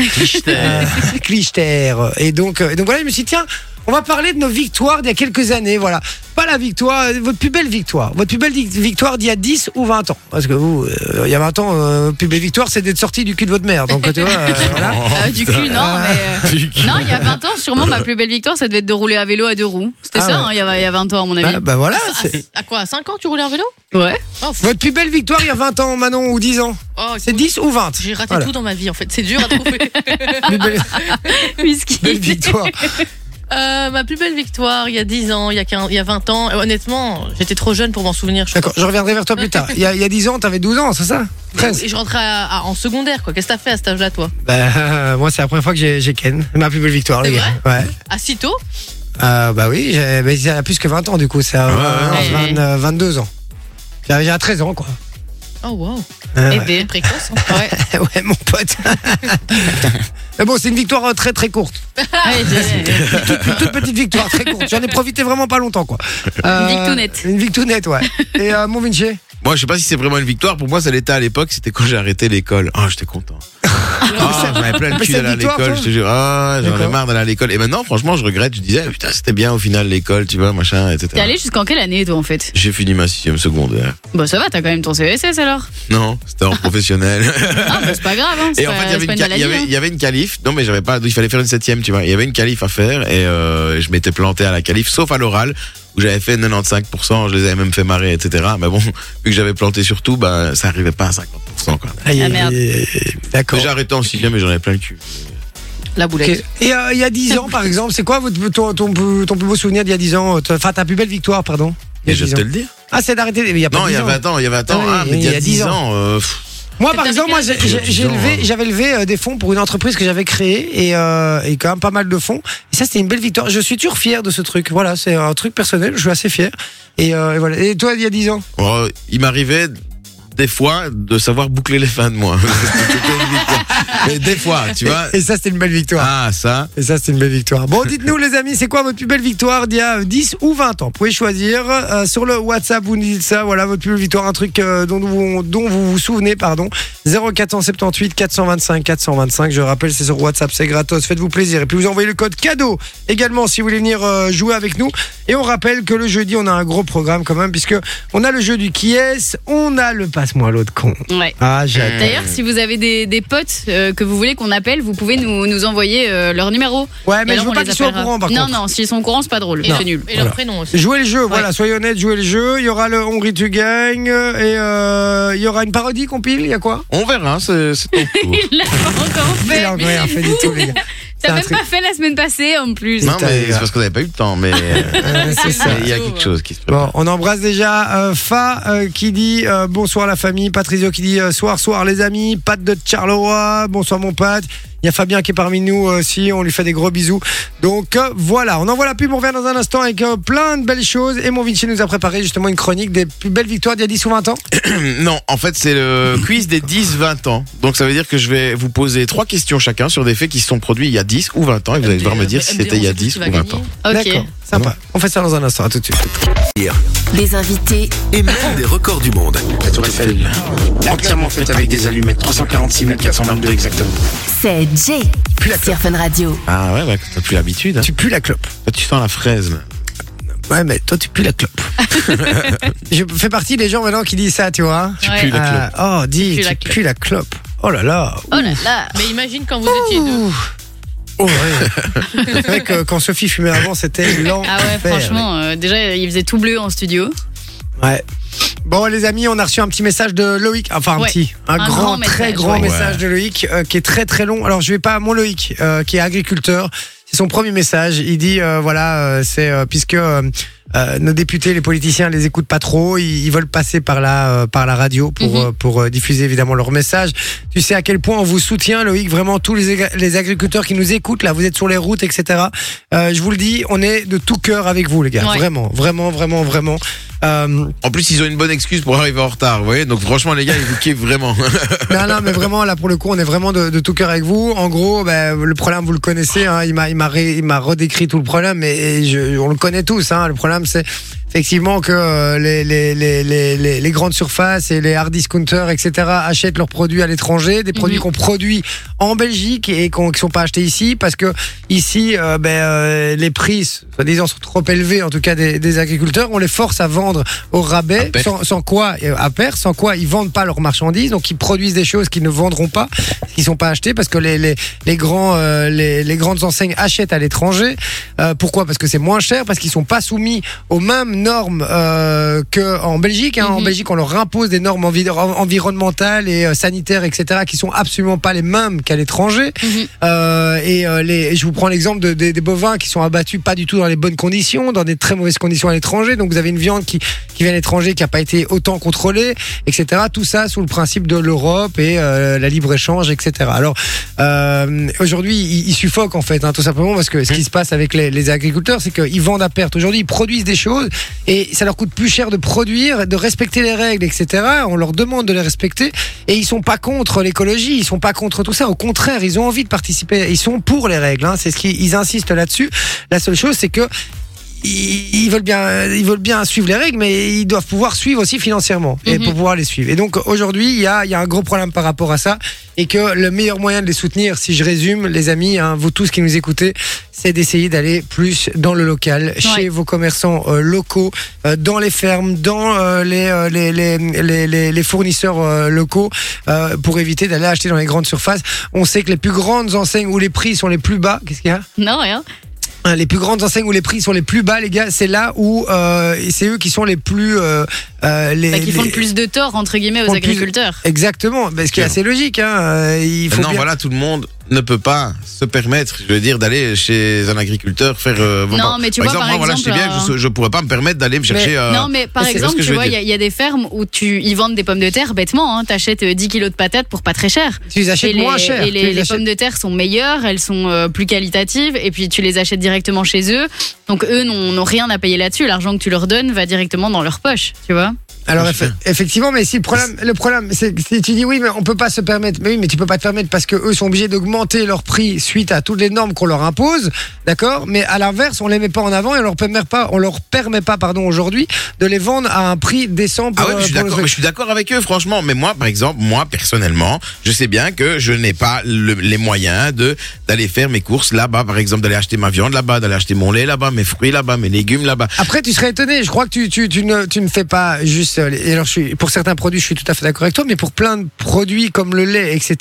[SPEAKER 1] Euh, Clichter. Et donc, euh, et donc voilà, je me suis dit, tiens, on va parler de nos victoires d'il y a quelques années. Voilà. Pas la victoire, euh, votre plus belle victoire. Votre plus belle vic- victoire d'il y a 10 ou 20 ans. Parce que vous, euh, il y a 20 ans, euh, plus belle victoire, c'est d'être sorti du cul de votre mère. Donc, tu vois, euh, voilà.
[SPEAKER 2] Oh,
[SPEAKER 3] Euh, du cul, non,
[SPEAKER 1] Ah.
[SPEAKER 3] mais. euh, Non, il y a 20 ans, sûrement, ma plus belle victoire, ça devait être de rouler à vélo à deux roues. C'était
[SPEAKER 1] Ah
[SPEAKER 3] ça,
[SPEAKER 1] ouais.
[SPEAKER 3] hein, il y a- il y a 20 ans, à mon avis.
[SPEAKER 1] Bah, bah voilà. c'est-
[SPEAKER 4] Ah, À quoi À 5 ans, tu roulais en vélo
[SPEAKER 1] Bah.
[SPEAKER 3] Ouais.
[SPEAKER 1] Votre plus belle victoire il y a 20 ans, Manon, ou 10 ans.
[SPEAKER 4] Oh,
[SPEAKER 1] C'est 10 ou 20
[SPEAKER 4] J'ai raté
[SPEAKER 1] Voilà.
[SPEAKER 4] tout dans ma vie en fait. C'est dur à trouver.
[SPEAKER 1] Plus belle,
[SPEAKER 3] Whisky.
[SPEAKER 1] belle victoire.
[SPEAKER 4] Euh, ma plus belle victoire, il y a 10 ans, il y a, 15, il y a 20 ans. Honnêtement, j'étais trop jeune pour m'en souvenir. Je
[SPEAKER 1] D'accord, je reviendrai vers toi plus tard. Il y a, il y a 10 ans, t'avais 12 ans, c'est ça Presque.
[SPEAKER 4] Et je rentrais à- à- en secondaire, quoi. Qu'est-ce que t'as fait à cet âge-là, toi
[SPEAKER 1] Bah, euh, moi, c'est la première fois que j'ai j'ai Ken. Ma plus belle victoire, les
[SPEAKER 4] C'est
[SPEAKER 1] gars. Ouais.
[SPEAKER 4] À si tôt
[SPEAKER 1] Euh, bah oui, j'ai- mais il y a plus que 20 ans du coup, c'est à
[SPEAKER 2] Ouais,
[SPEAKER 1] 20,
[SPEAKER 3] ouais, ouais.
[SPEAKER 1] 20, euh, 22 ans. J'avais à 13 ans quoi.
[SPEAKER 4] Oh
[SPEAKER 1] Euh,
[SPEAKER 4] wow,
[SPEAKER 2] Ah
[SPEAKER 3] Eh
[SPEAKER 1] ouais.
[SPEAKER 3] ben,
[SPEAKER 4] précoce. hein. Ouais.
[SPEAKER 1] ouais, mon pote. mais bon, c'est une victoire euh, très très courte.
[SPEAKER 3] ouais, j'ai-
[SPEAKER 1] Une toute, une toute petite victoire très courte. J'en ai profité vraiment pas longtemps quoi. Euh,
[SPEAKER 3] Une victounette.
[SPEAKER 1] Une victounette, ouais. Et euh, mon Vinci
[SPEAKER 2] Moi, je sais pas si c'est vraiment une victoire. Pour moi, ça l'était à l'époque. C'était quand j'ai arrêté l'école. Ah, j'étais content. Ah, j'en avais plein le
[SPEAKER 1] Mais
[SPEAKER 2] cul
[SPEAKER 1] cette
[SPEAKER 2] d'aller à
[SPEAKER 1] victoire,
[SPEAKER 2] l'école.
[SPEAKER 1] toi
[SPEAKER 2] Je te jure. Ah, j'en ai
[SPEAKER 1] D'accord.
[SPEAKER 2] marre d'aller à l'école. Et maintenant, franchement, je regrette. Je disais, ah, putain, c'était bien au final l'école, tu vois, machin,
[SPEAKER 3] T'es
[SPEAKER 2] etc.
[SPEAKER 3] allé jusqu'en quelle année, toi, en fait
[SPEAKER 2] J'ai fini ma sixième secondaire.
[SPEAKER 3] Bah, ça va, t'as quand même ton CESS alors.
[SPEAKER 2] Non, c'était en professionnel.
[SPEAKER 3] Ah, bah, c'est pas grave, hein. C'est
[SPEAKER 2] Et en
[SPEAKER 3] pas,
[SPEAKER 2] fait, il y
[SPEAKER 3] c'est
[SPEAKER 2] avait
[SPEAKER 3] pas
[SPEAKER 2] une
[SPEAKER 3] une
[SPEAKER 2] ca- il
[SPEAKER 3] maladie.
[SPEAKER 2] y avait-
[SPEAKER 3] hein.
[SPEAKER 2] il y avait une qualif. Non, mais j'avais pas. Il fallait faire une septième, tu vois. Il y avait une qualif à faire et euh, je m'étais planté à la qualif, sauf à l'oral où j'avais fait 95%. Je les avais même fait marrer, etc. Mais bon, vu que j'avais planté sur tout, bah ça arrivait pas à 50%. Quoi.
[SPEAKER 1] Aïe,
[SPEAKER 3] merde.
[SPEAKER 1] aïe, aïe. D'accord.
[SPEAKER 2] Mais j'ai arrêté en sixième et j'en avais plein le cul.
[SPEAKER 3] hein.
[SPEAKER 4] La
[SPEAKER 1] Ok.
[SPEAKER 4] boulette.
[SPEAKER 1] Et euh, il y a 10 ans par exemple, c'est quoi votre, ton, ton, plus- ton plus beau souvenir d'il y a 10 ans euh, Enfin, ta plus belle victoire, pardon. il y a
[SPEAKER 2] Et je
[SPEAKER 1] 10
[SPEAKER 2] vais te
[SPEAKER 1] ans.
[SPEAKER 2] le dire.
[SPEAKER 1] Ah, c'est d'arrêter. Il y a pas
[SPEAKER 2] Non, il y a
[SPEAKER 1] 10 ans.
[SPEAKER 2] 20 ans, il y a 20 ans.
[SPEAKER 1] Ah oui,
[SPEAKER 2] Ah, mais il y a 10 ans. euh, pff,
[SPEAKER 1] Moi,
[SPEAKER 4] C'est
[SPEAKER 1] par
[SPEAKER 4] un
[SPEAKER 1] exemple, moi, j'ai-
[SPEAKER 4] régal.
[SPEAKER 1] j'ai- j'ai
[SPEAKER 2] Disons,
[SPEAKER 1] élevé-
[SPEAKER 2] hein.
[SPEAKER 1] j'avais élevé euh, des fonds pour une entreprise que j'avais créée et, euh, et quand même pas mal de fonds. Et ça, c'était une belle victoire. Je suis toujours fier de ce truc. Voilà, c'est un truc personnel. Je suis assez fier. Et, euh, et voilà. Et toi, il y a 10 ans
[SPEAKER 2] oh, il m'arrivait des fois de savoir boucler les fins de mois. C'était une victoire. mais des fois, tu vois.
[SPEAKER 1] Et ça, c'était une belle victoire.
[SPEAKER 2] Ah, ça.
[SPEAKER 1] Et ça, c'est une belle victoire. Bon, dites-nous, les amis, c'est quoi votre plus belle victoire d'il y a 10 ou 20 ans Vous pouvez choisir. euh, sur le WhatsApp, vous nous dites ça. Voilà, votre plus belle victoire, un truc euh, dont, vous, dont vous vous souvenez, pardon. 0478 425 425. Je rappelle, c'est sur WhatsApp, c'est gratos. Faites-vous plaisir. Et puis, vous envoyez le code cadeau également si vous voulez venir euh, jouer avec nous. Et on rappelle que le jeudi, on a un gros programme quand même, puisque on a le jeu du qui est on a le passe-moi l'autre con.
[SPEAKER 3] Ouais.
[SPEAKER 1] Ah,
[SPEAKER 2] Mm.
[SPEAKER 1] j'adore.
[SPEAKER 3] D'ailleurs, si vous avez des, des potes euh, que vous voulez qu'on appelle, vous pouvez nous, nous envoyer euh, leur numéro.
[SPEAKER 1] Ouais,
[SPEAKER 3] Et
[SPEAKER 1] Ah, mais je
[SPEAKER 3] alors,
[SPEAKER 1] veux
[SPEAKER 3] on
[SPEAKER 1] pas
[SPEAKER 3] les
[SPEAKER 1] qu'ils soient au
[SPEAKER 3] appellera.
[SPEAKER 1] courant, par
[SPEAKER 3] Non,
[SPEAKER 1] contre.
[SPEAKER 3] non, s'ils sont au courant, c'est pas drôle.
[SPEAKER 4] Et, leur-
[SPEAKER 3] C'est nul.
[SPEAKER 4] et
[SPEAKER 1] Voilà.
[SPEAKER 4] leur prénom aussi.
[SPEAKER 1] Jouez le jeu, voilà, soyez honnête, jouez le jeu. Il y aura le Hongrie tu gagnes euh, et euh, il y aura une parodie compile, il y a quoi
[SPEAKER 2] On verra, c'est c'est au cours.
[SPEAKER 3] Il l'a pas encore fait.
[SPEAKER 1] Non, rien fait du tout, les gars. c'est
[SPEAKER 3] T'as
[SPEAKER 1] un
[SPEAKER 3] même
[SPEAKER 1] truc.
[SPEAKER 3] pas fait la semaine passée en plus.
[SPEAKER 2] Non,
[SPEAKER 1] Putain, les
[SPEAKER 2] mais
[SPEAKER 1] gars.
[SPEAKER 2] c'est parce que vous n'avez pas eu le temps, mais euh,
[SPEAKER 1] Euh, c'est ça.
[SPEAKER 2] il y a quelque chose qui se prépare.
[SPEAKER 1] Bon, on embrasse déjà euh, Fa euh, qui dit euh, bonsoir la famille, Patrizio qui dit euh, soir, soir les amis, Pat de Charleroi, bonsoir mon Pat. Il y a Fabien qui est parmi nous euh, aussi, on lui fait des gros bisous. Donc euh, voilà, on envoie la pub, on revient dans un instant avec euh, plein de belles choses. Et mon Vinci nous a préparé justement une chronique des plus belles victoires d'il y a 10 ou 20 ans.
[SPEAKER 2] Non, en fait, c'est le quiz des 10-20 ans. Donc, ça veut dire que je vais vous poser trois questions chacun sur des faits qui se sont produits il y a 10 ou 20 ans. Et vous allez devoir Euh, me dire si c'était il y a 10 ou 20 ans.
[SPEAKER 3] Ok.
[SPEAKER 1] D'accord, sympa. On fait ça dans un instant, à tout de suite.
[SPEAKER 5] Des invités,
[SPEAKER 6] et même des records du monde.
[SPEAKER 7] La tour Eiffel, entièrement faite avec des allumettes, 346 422 exactement.
[SPEAKER 5] c'est Jay sur Fun Radio.
[SPEAKER 2] Ah ouais, bah, t'as plus l'habitude. hein.
[SPEAKER 1] Tu pues la clope.
[SPEAKER 2] Toi, Tu sens la fraise. là.
[SPEAKER 1] Ouais, mais toi, tu pues la clope. je fais partie des gens maintenant qui disent ça, tu vois.
[SPEAKER 2] Tu
[SPEAKER 3] Ouais.
[SPEAKER 2] pues la
[SPEAKER 1] Euh,
[SPEAKER 2] clope.
[SPEAKER 1] oh, dis,
[SPEAKER 4] Tu pues
[SPEAKER 1] tu
[SPEAKER 4] la clope.
[SPEAKER 1] pues la clope. Oh là là.
[SPEAKER 3] Oh là là.
[SPEAKER 4] Mais imagine quand vous étiez deux.
[SPEAKER 1] Ouh. Oh, ouais. C'est vrai que quand Sophie fumait avant, c'était lent.
[SPEAKER 3] Ah ouais, franchement, euh, déjà, il faisait tout bleu en studio.
[SPEAKER 1] Ouais. Bon, les amis, on a reçu un petit message de Loïc. Enfin, un
[SPEAKER 3] Ouais.
[SPEAKER 1] petit. Un,
[SPEAKER 3] Un
[SPEAKER 1] grand,
[SPEAKER 3] grand
[SPEAKER 1] très
[SPEAKER 3] message,
[SPEAKER 1] grand
[SPEAKER 2] ouais.
[SPEAKER 1] message de Loïc euh, qui est très très long. Alors, je vais pas à mon Loïc, euh, qui est agriculteur. C'est son premier message. Il dit euh, voilà, euh, c'est euh, puisque euh, euh, nos députés, les politiciens, les écoutent pas trop. Ils, ils veulent passer par la euh, par la radio pour
[SPEAKER 3] Mhm.
[SPEAKER 1] euh, pour euh, diffuser évidemment leur message. Tu sais à quel point on vous soutient, Loïc. Vraiment, tous les, ag- les agriculteurs qui nous écoutent là, vous êtes sur les routes, etc. Euh, je vous le dis, on est de tout cœur avec vous, les gars.
[SPEAKER 3] Ouais.
[SPEAKER 1] Vraiment, vraiment, vraiment, vraiment. Euh,
[SPEAKER 2] En plus, ils ont une bonne excuse pour arriver en retard, vous voyez. Donc, franchement, les gars, ils vous kiffent vraiment.
[SPEAKER 1] Non, non, mais vraiment, là, pour le coup, on est vraiment de, de tout cœur avec vous. En gros, ben, le problème, vous le connaissez. hein, il m'a, il m'a, ré- il m'a redécrit tout le problème, mais je- on le connaît tous. hein. le problème, c'est effectivement que euh, les, les, les, les, les- les grandes surfaces et les hard discounters, etc., achètent leurs produits à l'étranger, des produits
[SPEAKER 3] Mhm.
[SPEAKER 1] qu'on produit en Belgique et qu'on- qui ne sont pas achetés ici, parce que ici, euh, ben, euh, les prix, soi-disant, sont trop élevés, en tout cas des, des agriculteurs. On les force à vendre au
[SPEAKER 2] À
[SPEAKER 1] rabais,
[SPEAKER 2] perte.
[SPEAKER 1] sans, sans quoi, euh, à perte, sans quoi ils vendent pas leurs marchandises, donc ils produisent des choses qu'ils ne vendront pas, qui sont pas achetées, parce que les, les, les, grands, euh, les, les grandes enseignes achètent à l'étranger. Euh, pourquoi Parce que c'est moins cher, parce qu'ils sont pas soumis aux mêmes normes euh, qu'en Belgique. hein. En
[SPEAKER 3] Mhm.
[SPEAKER 1] Belgique, on leur impose des normes envi- environnementales et euh, sanitaires, etc., qui sont absolument pas les mêmes qu'à l'étranger.
[SPEAKER 3] Mhm.
[SPEAKER 1] Euh, et euh, les, et je vous prends l'exemple de, des- des bovins qui sont abattus pas du tout dans les bonnes conditions, dans des très mauvaises conditions à l'étranger. Donc vous avez une viande qui, qui vient à l'étranger qui n'a pas été autant contrôlée, etc. Tout ça sous le principe de l'Europe et euh, la libre-échange, etc. Alors euh, aujourd'hui, ils, ils suffoquent en fait, hein, tout simplement, parce que ce qui se passe avec les, les agriculteurs, c'est qu'ils vendent à perte. Aujourd'hui, ils produisent des choses et ça leur coûte plus cher de produire, de respecter les règles, etc. On leur demande de les respecter et ils sont pas contre l'écologie, ils sont pas contre tout ça. Au contraire, ils ont envie de participer. Ils sont pour les règles. hein. C'est ce qu'ils ils insistent là-dessus. La seule chose, c'est que ils ils veulent bien, ils veulent bien suivre les règles, mais ils doivent pouvoir suivre aussi financièrement et
[SPEAKER 3] Mhm.
[SPEAKER 1] pour pouvoir les suivre. Et donc aujourd'hui, il y a, il y a un gros problème par rapport à ça, et que le meilleur moyen de les soutenir, si je résume, les amis, hein, vous tous qui nous écoutez, c'est d'essayer d'aller plus dans le local, chez vos commerçants euh, locaux, euh, dans les fermes, dans euh, les, euh, les, les, les, les- les fournisseurs euh, locaux, euh, pour éviter d'aller acheter dans les grandes surfaces. On sait que les plus grandes enseignes où les prix sont les plus bas, qu'est-ce qu'il y a
[SPEAKER 3] Non, rien.
[SPEAKER 1] Hein, les plus grandes enseignes où les prix sont les plus bas, les gars, c'est là où euh, c'est eux qui sont les plus euh, euh, les,
[SPEAKER 3] Bah, qui
[SPEAKER 1] les-
[SPEAKER 3] font
[SPEAKER 1] Bah,
[SPEAKER 3] le plus de tort, entre guillemets,
[SPEAKER 1] font
[SPEAKER 3] aux
[SPEAKER 1] le plus-
[SPEAKER 3] agriculteurs.
[SPEAKER 1] Exactement, parce ce qui est assez logique. Hein. euh, Il faut
[SPEAKER 2] Bah non,
[SPEAKER 1] bien-
[SPEAKER 2] voilà, tout le monde ne peut pas se permettre, je veux dire, d'aller chez un agriculteur faire. euh,
[SPEAKER 3] Non,
[SPEAKER 2] par-
[SPEAKER 3] mais tu
[SPEAKER 2] par
[SPEAKER 3] vois,
[SPEAKER 2] exemple,
[SPEAKER 3] par
[SPEAKER 2] moi, voilà, je sais
[SPEAKER 3] exemple,
[SPEAKER 2] bien que je, je pourrais pas me permettre d'aller me chercher. euh,
[SPEAKER 3] non, mais par
[SPEAKER 2] c'est- parce
[SPEAKER 3] exemple,
[SPEAKER 2] que
[SPEAKER 3] tu
[SPEAKER 2] je veux
[SPEAKER 3] vois, il y,
[SPEAKER 2] dire.
[SPEAKER 3] a- il y a des fermes où tu, ils vendent des pommes de terre bêtement. Hein, T'achètes euh, 10 kilos de patates pour pas très cher.
[SPEAKER 1] Tu les
[SPEAKER 3] Et
[SPEAKER 1] achètes
[SPEAKER 3] les,
[SPEAKER 1] moins cher.
[SPEAKER 3] et
[SPEAKER 1] tu
[SPEAKER 3] les-
[SPEAKER 1] les
[SPEAKER 3] les
[SPEAKER 1] achètes-
[SPEAKER 3] pommes de terre sont meilleures, elles sont euh, plus qualitatives, et puis tu les achètes directement chez eux. Donc eux n'ont n'ont rien à payer là-dessus. L'argent que tu leur donnes va directement dans leur poche, tu vois.
[SPEAKER 1] Alors effe- effectivement, mais si le problème, le problème, c'est que si tu dis oui, mais on peut pas se permettre. Mais oui, mais tu peux pas te permettre parce que eux sont obligés d'augmenter leur prix suite à toutes les normes qu'on leur impose, d'accord. Mais à l'inverse, on les met pas en avant et on leur permet pas, on leur permet pas, pardon, aujourd'hui, de les vendre à un prix décent pour. euh,
[SPEAKER 2] Ah ouais, mais je suis
[SPEAKER 1] pour le
[SPEAKER 2] d'accord,
[SPEAKER 1] truc.
[SPEAKER 2] mais je suis d'accord avec eux, franchement. Mais moi, par exemple, moi personnellement, je sais bien que je n'ai pas le- les moyens de d'aller faire mes courses là-bas, par exemple, d'aller acheter ma viande là-bas, d'aller acheter mon lait là-bas, mes fruits là-bas, mes légumes là-bas.
[SPEAKER 1] Après, tu serais étonné. Je crois que tu, tu, tu, ne, tu ne fais pas juste. euh, les- Et alors, je suis, pour certains produits, je suis tout à fait d'accord avec toi, mais pour plein de produits comme le lait, etc.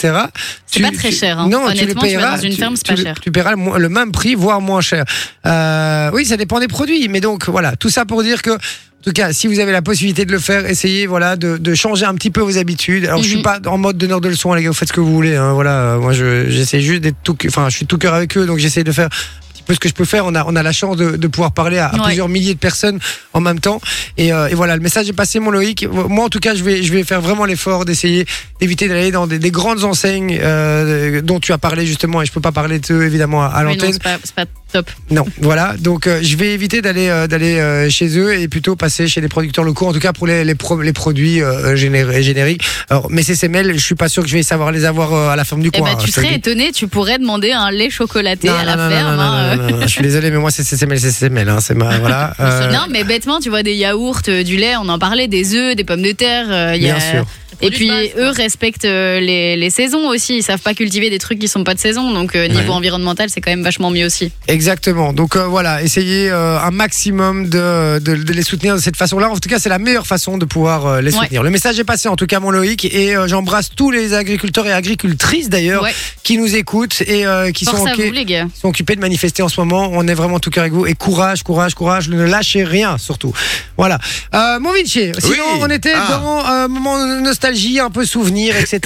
[SPEAKER 3] C'est
[SPEAKER 1] tu-
[SPEAKER 3] pas très
[SPEAKER 1] tu-
[SPEAKER 3] cher, hein.
[SPEAKER 1] Non, tu le
[SPEAKER 3] Honnêtement, tu vas
[SPEAKER 1] payeras.
[SPEAKER 3] dans une ferme, c'est pas
[SPEAKER 1] tu-
[SPEAKER 3] cher.
[SPEAKER 1] Tu paieras le, mo- le même prix, voire moins cher. Euh, oui, ça dépend des produits, mais donc voilà, tout ça pour dire que. En tout cas, si vous avez la possibilité de le faire, essayez voilà de, de changer un petit peu vos habitudes. Alors, je suis
[SPEAKER 3] Mhm.
[SPEAKER 1] pas en mode donneur de leçons, les gars. Vous faites ce que vous voulez. hein, voilà, Euh, moi, je- j'essaie juste d'être tout, enfin, je suis tout cœur avec eux, donc j'essaie de faire un petit peu ce que je peux faire. On a, on a la chance de, de pouvoir parler à, à
[SPEAKER 3] Ouais.
[SPEAKER 1] plusieurs milliers de personnes en même temps. Et, euh, et voilà, le message est passé, mon Loïc. Moi, en tout cas, je vais, je vais faire vraiment l'effort d'essayer d'éviter d'aller dans des, des grandes enseignes euh, dont tu as parlé justement. Et je peux pas parler d'eux évidemment à, à
[SPEAKER 3] Mais non,
[SPEAKER 1] l'antenne.
[SPEAKER 3] c'est pas, c'est pas top.
[SPEAKER 1] Non, voilà. Donc, euh, je vais éviter d'aller euh, d'aller euh, chez eux et plutôt passer chez des producteurs locaux. En tout cas, pour les les, pro- les produits euh, géné- génériques. Alors, mais ces semelles, je suis pas sûr que je vais savoir les avoir euh, à la ferme du
[SPEAKER 3] Eh
[SPEAKER 1] coin.
[SPEAKER 3] ben,
[SPEAKER 1] hein,
[SPEAKER 3] tu
[SPEAKER 1] je te le
[SPEAKER 3] serais
[SPEAKER 1] dis.
[SPEAKER 3] étonné, tu pourrais demander un lait chocolaté
[SPEAKER 1] Non,
[SPEAKER 3] à
[SPEAKER 1] non,
[SPEAKER 3] la
[SPEAKER 1] non, non,
[SPEAKER 3] ferme.
[SPEAKER 1] non,
[SPEAKER 3] hein,
[SPEAKER 1] non, non, non, non. Je suis désolé, mais moi c'est CCML, CCML, hein, c'est ma voilà.
[SPEAKER 3] euh.
[SPEAKER 1] euh,
[SPEAKER 3] Non, mais bêtement, tu vois des yaourts, euh, du lait, on en parlait, des œufs, des pommes de terre. euh, il y a-
[SPEAKER 1] Bien sûr.
[SPEAKER 3] Et
[SPEAKER 4] Produits
[SPEAKER 3] puis
[SPEAKER 4] de base,
[SPEAKER 3] eux respectent euh, les, les saisons aussi. Ils savent pas cultiver des trucs qui sont pas de saison. Donc euh,
[SPEAKER 2] Ouais.
[SPEAKER 3] niveau environnemental, c'est quand même vachement mieux aussi.
[SPEAKER 1] Exactement. Donc euh, voilà, essayez euh, un maximum de, de, de les soutenir de cette façon-là. En tout cas, c'est la meilleure façon de pouvoir euh, les
[SPEAKER 3] Ouais.
[SPEAKER 1] soutenir. Le message est passé, en tout cas, mon Loïc, et euh, j'embrasse tous les agriculteurs et agricultrices d'ailleurs
[SPEAKER 3] Ouais.
[SPEAKER 1] qui nous écoutent et euh, qui
[SPEAKER 3] Force
[SPEAKER 1] sont,
[SPEAKER 3] à
[SPEAKER 1] occupés-
[SPEAKER 3] vous les gars.
[SPEAKER 1] qui sont occupés de manifester en ce moment. On est vraiment tout cœur avec vous. Et courage, courage, courage. Ne lâchez rien, surtout. Voilà. Euh, mon Vinci, sinon
[SPEAKER 2] Oui.
[SPEAKER 1] on était
[SPEAKER 2] Ah.
[SPEAKER 1] dans un moment de nostalgie, un peu souvenir, etc.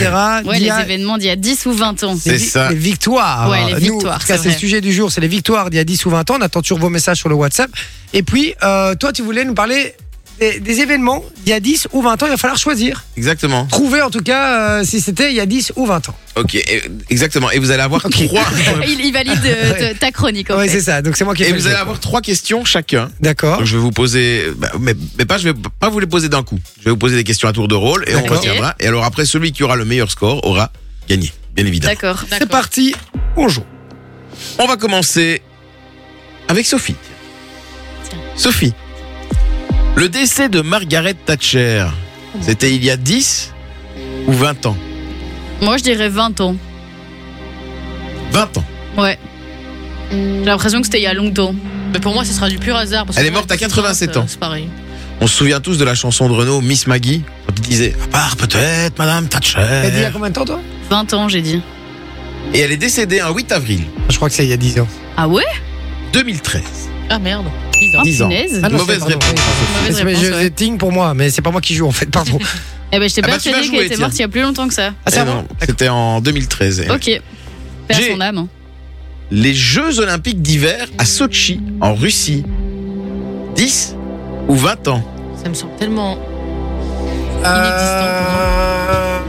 [SPEAKER 3] Ouais,
[SPEAKER 1] Il y
[SPEAKER 3] les
[SPEAKER 1] a-
[SPEAKER 3] événements d'il y a 10 ou 20 ans.
[SPEAKER 2] C'est
[SPEAKER 1] les vi-
[SPEAKER 2] ça.
[SPEAKER 1] Les victoires.
[SPEAKER 3] Ouais, les
[SPEAKER 1] Nous,
[SPEAKER 3] victoires,
[SPEAKER 1] en tout cas, c'est
[SPEAKER 3] c'est
[SPEAKER 1] le
[SPEAKER 3] vrai.
[SPEAKER 1] sujet du jour, c'est les victoires d'il y a 10 ou 20 ans. On attend toujours vos messages sur le WhatsApp. Et puis, euh, toi, tu voulais nous parler des, des événements d'il y a 10 ou 20 ans. Il va falloir choisir.
[SPEAKER 2] Exactement.
[SPEAKER 1] Trouver, en tout cas, euh, si c'était il y a 10 ou 20 ans.
[SPEAKER 2] Ok, et- exactement. Et vous allez avoir trois.
[SPEAKER 3] Il, il valide euh, ta- ta chronique en
[SPEAKER 1] Oui,
[SPEAKER 3] fait.
[SPEAKER 1] c'est ça. Donc, c'est moi qui ai
[SPEAKER 2] Et
[SPEAKER 1] fait le
[SPEAKER 2] vous allez
[SPEAKER 1] jeu.
[SPEAKER 2] avoir trois questions chacun.
[SPEAKER 1] D'accord.
[SPEAKER 2] Donc, je vais vous poser, bah, mais, mais pas, je vais pas vous les poser d'un coup. Je vais vous poser des questions à tour de rôle et on
[SPEAKER 1] D'accord.
[SPEAKER 2] retiendra. Et alors après, celui qui aura le meilleur score aura gagné, bien évidemment.
[SPEAKER 3] D'accord.
[SPEAKER 1] C'est parti. On joue.
[SPEAKER 2] On va commencer avec Sophie. Sophie, le décès de Margaret Thatcher,
[SPEAKER 1] Oh,
[SPEAKER 2] c'était il y a 10 ou 20 ans
[SPEAKER 3] Moi je dirais 20 ans.
[SPEAKER 2] 20 ans.
[SPEAKER 3] Ouais. J'ai l'impression que c'était il y a longtemps.
[SPEAKER 4] Mais pour moi, ce sera du pur hasard. parce que
[SPEAKER 2] Elle est
[SPEAKER 4] moi,
[SPEAKER 2] morte à
[SPEAKER 4] je
[SPEAKER 2] 87
[SPEAKER 4] pense,
[SPEAKER 2] ans.
[SPEAKER 4] euh, C'est pareil.
[SPEAKER 2] On se souvient tous de la chanson de Renault, Miss Maggie, quand il disait « À part peut-être Madame
[SPEAKER 1] T'as dit il y a
[SPEAKER 3] Euh.
[SPEAKER 2] Thatcher
[SPEAKER 1] combien de temps, toi
[SPEAKER 3] 20 ans, j'ai dit. ».
[SPEAKER 2] Et elle est décédée un 8 avril
[SPEAKER 1] Je crois que c'est il y a 10 ans.
[SPEAKER 3] Ah ouais
[SPEAKER 2] 2013.
[SPEAKER 4] Ah merde. 10 ans.
[SPEAKER 3] Ah,
[SPEAKER 2] 10 ans.
[SPEAKER 3] punaise.
[SPEAKER 1] Ah non,
[SPEAKER 2] Mauvaise
[SPEAKER 1] c'est- pardon.
[SPEAKER 2] réponse.
[SPEAKER 1] Oui,
[SPEAKER 3] Mauvaise
[SPEAKER 1] c'est- mais
[SPEAKER 3] réponse,
[SPEAKER 1] je-
[SPEAKER 3] ouais.
[SPEAKER 1] c'est ting pour moi, mais c'est pas moi qui joue en fait, pardon.
[SPEAKER 3] Eh ben, j'étais
[SPEAKER 2] Ah bah, tu vas
[SPEAKER 3] persuadée
[SPEAKER 2] jouer,
[SPEAKER 3] qu'elle était
[SPEAKER 2] tiens.
[SPEAKER 3] morte il y a plus longtemps que ça.
[SPEAKER 1] Ah, c'est
[SPEAKER 2] Eh
[SPEAKER 1] avant
[SPEAKER 2] non, C'était en 2013. eh oui.
[SPEAKER 3] Ok. Père
[SPEAKER 2] J'ai-
[SPEAKER 3] son âme.
[SPEAKER 2] Les Jeux Olympiques d'hiver à Sochi, en Russie. 10 ou 20 ans
[SPEAKER 4] Ça me semble tellement.
[SPEAKER 1] Ah, Euh,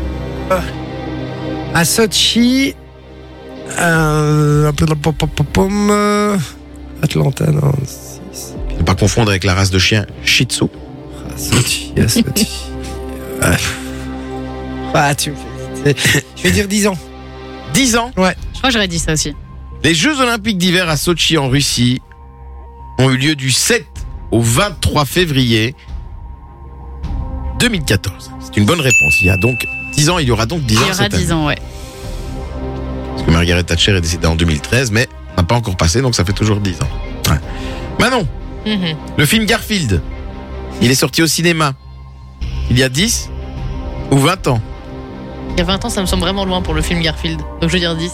[SPEAKER 1] À Sochi. Euh, un peu de la pom- pom- pom- pom, euh, Atlanta, non. six.
[SPEAKER 2] Ne pas confondre avec la race de chien Shih Tzu.
[SPEAKER 1] À Sochi, à Sochi. Euh, Ah, tu me fais hésiter. Je vais dire 10 ans.
[SPEAKER 2] 10 ans
[SPEAKER 3] Je crois que j'aurais dit ça aussi.
[SPEAKER 2] Les Jeux Olympiques d'hiver à Sochi, en Russie, ont eu lieu du 7 au 23 février 2014. C'est une bonne réponse. Il y a donc 10 ans, il y aura donc 10
[SPEAKER 3] Il
[SPEAKER 2] ans.
[SPEAKER 3] y aura
[SPEAKER 2] cette année.
[SPEAKER 3] 10 ans, ouais.
[SPEAKER 2] Parce que Margaret Thatcher est décédée en 2013, mais n'a pas encore passé, donc ça fait toujours 10 ans. Ouais. Manon
[SPEAKER 4] Mhm.
[SPEAKER 2] Le film Garfield, il est sorti au cinéma il y a 10 ou 20 ans.
[SPEAKER 4] Il y a 20 ans, ça me semble vraiment loin pour le film Garfield. Donc je veux dire 10.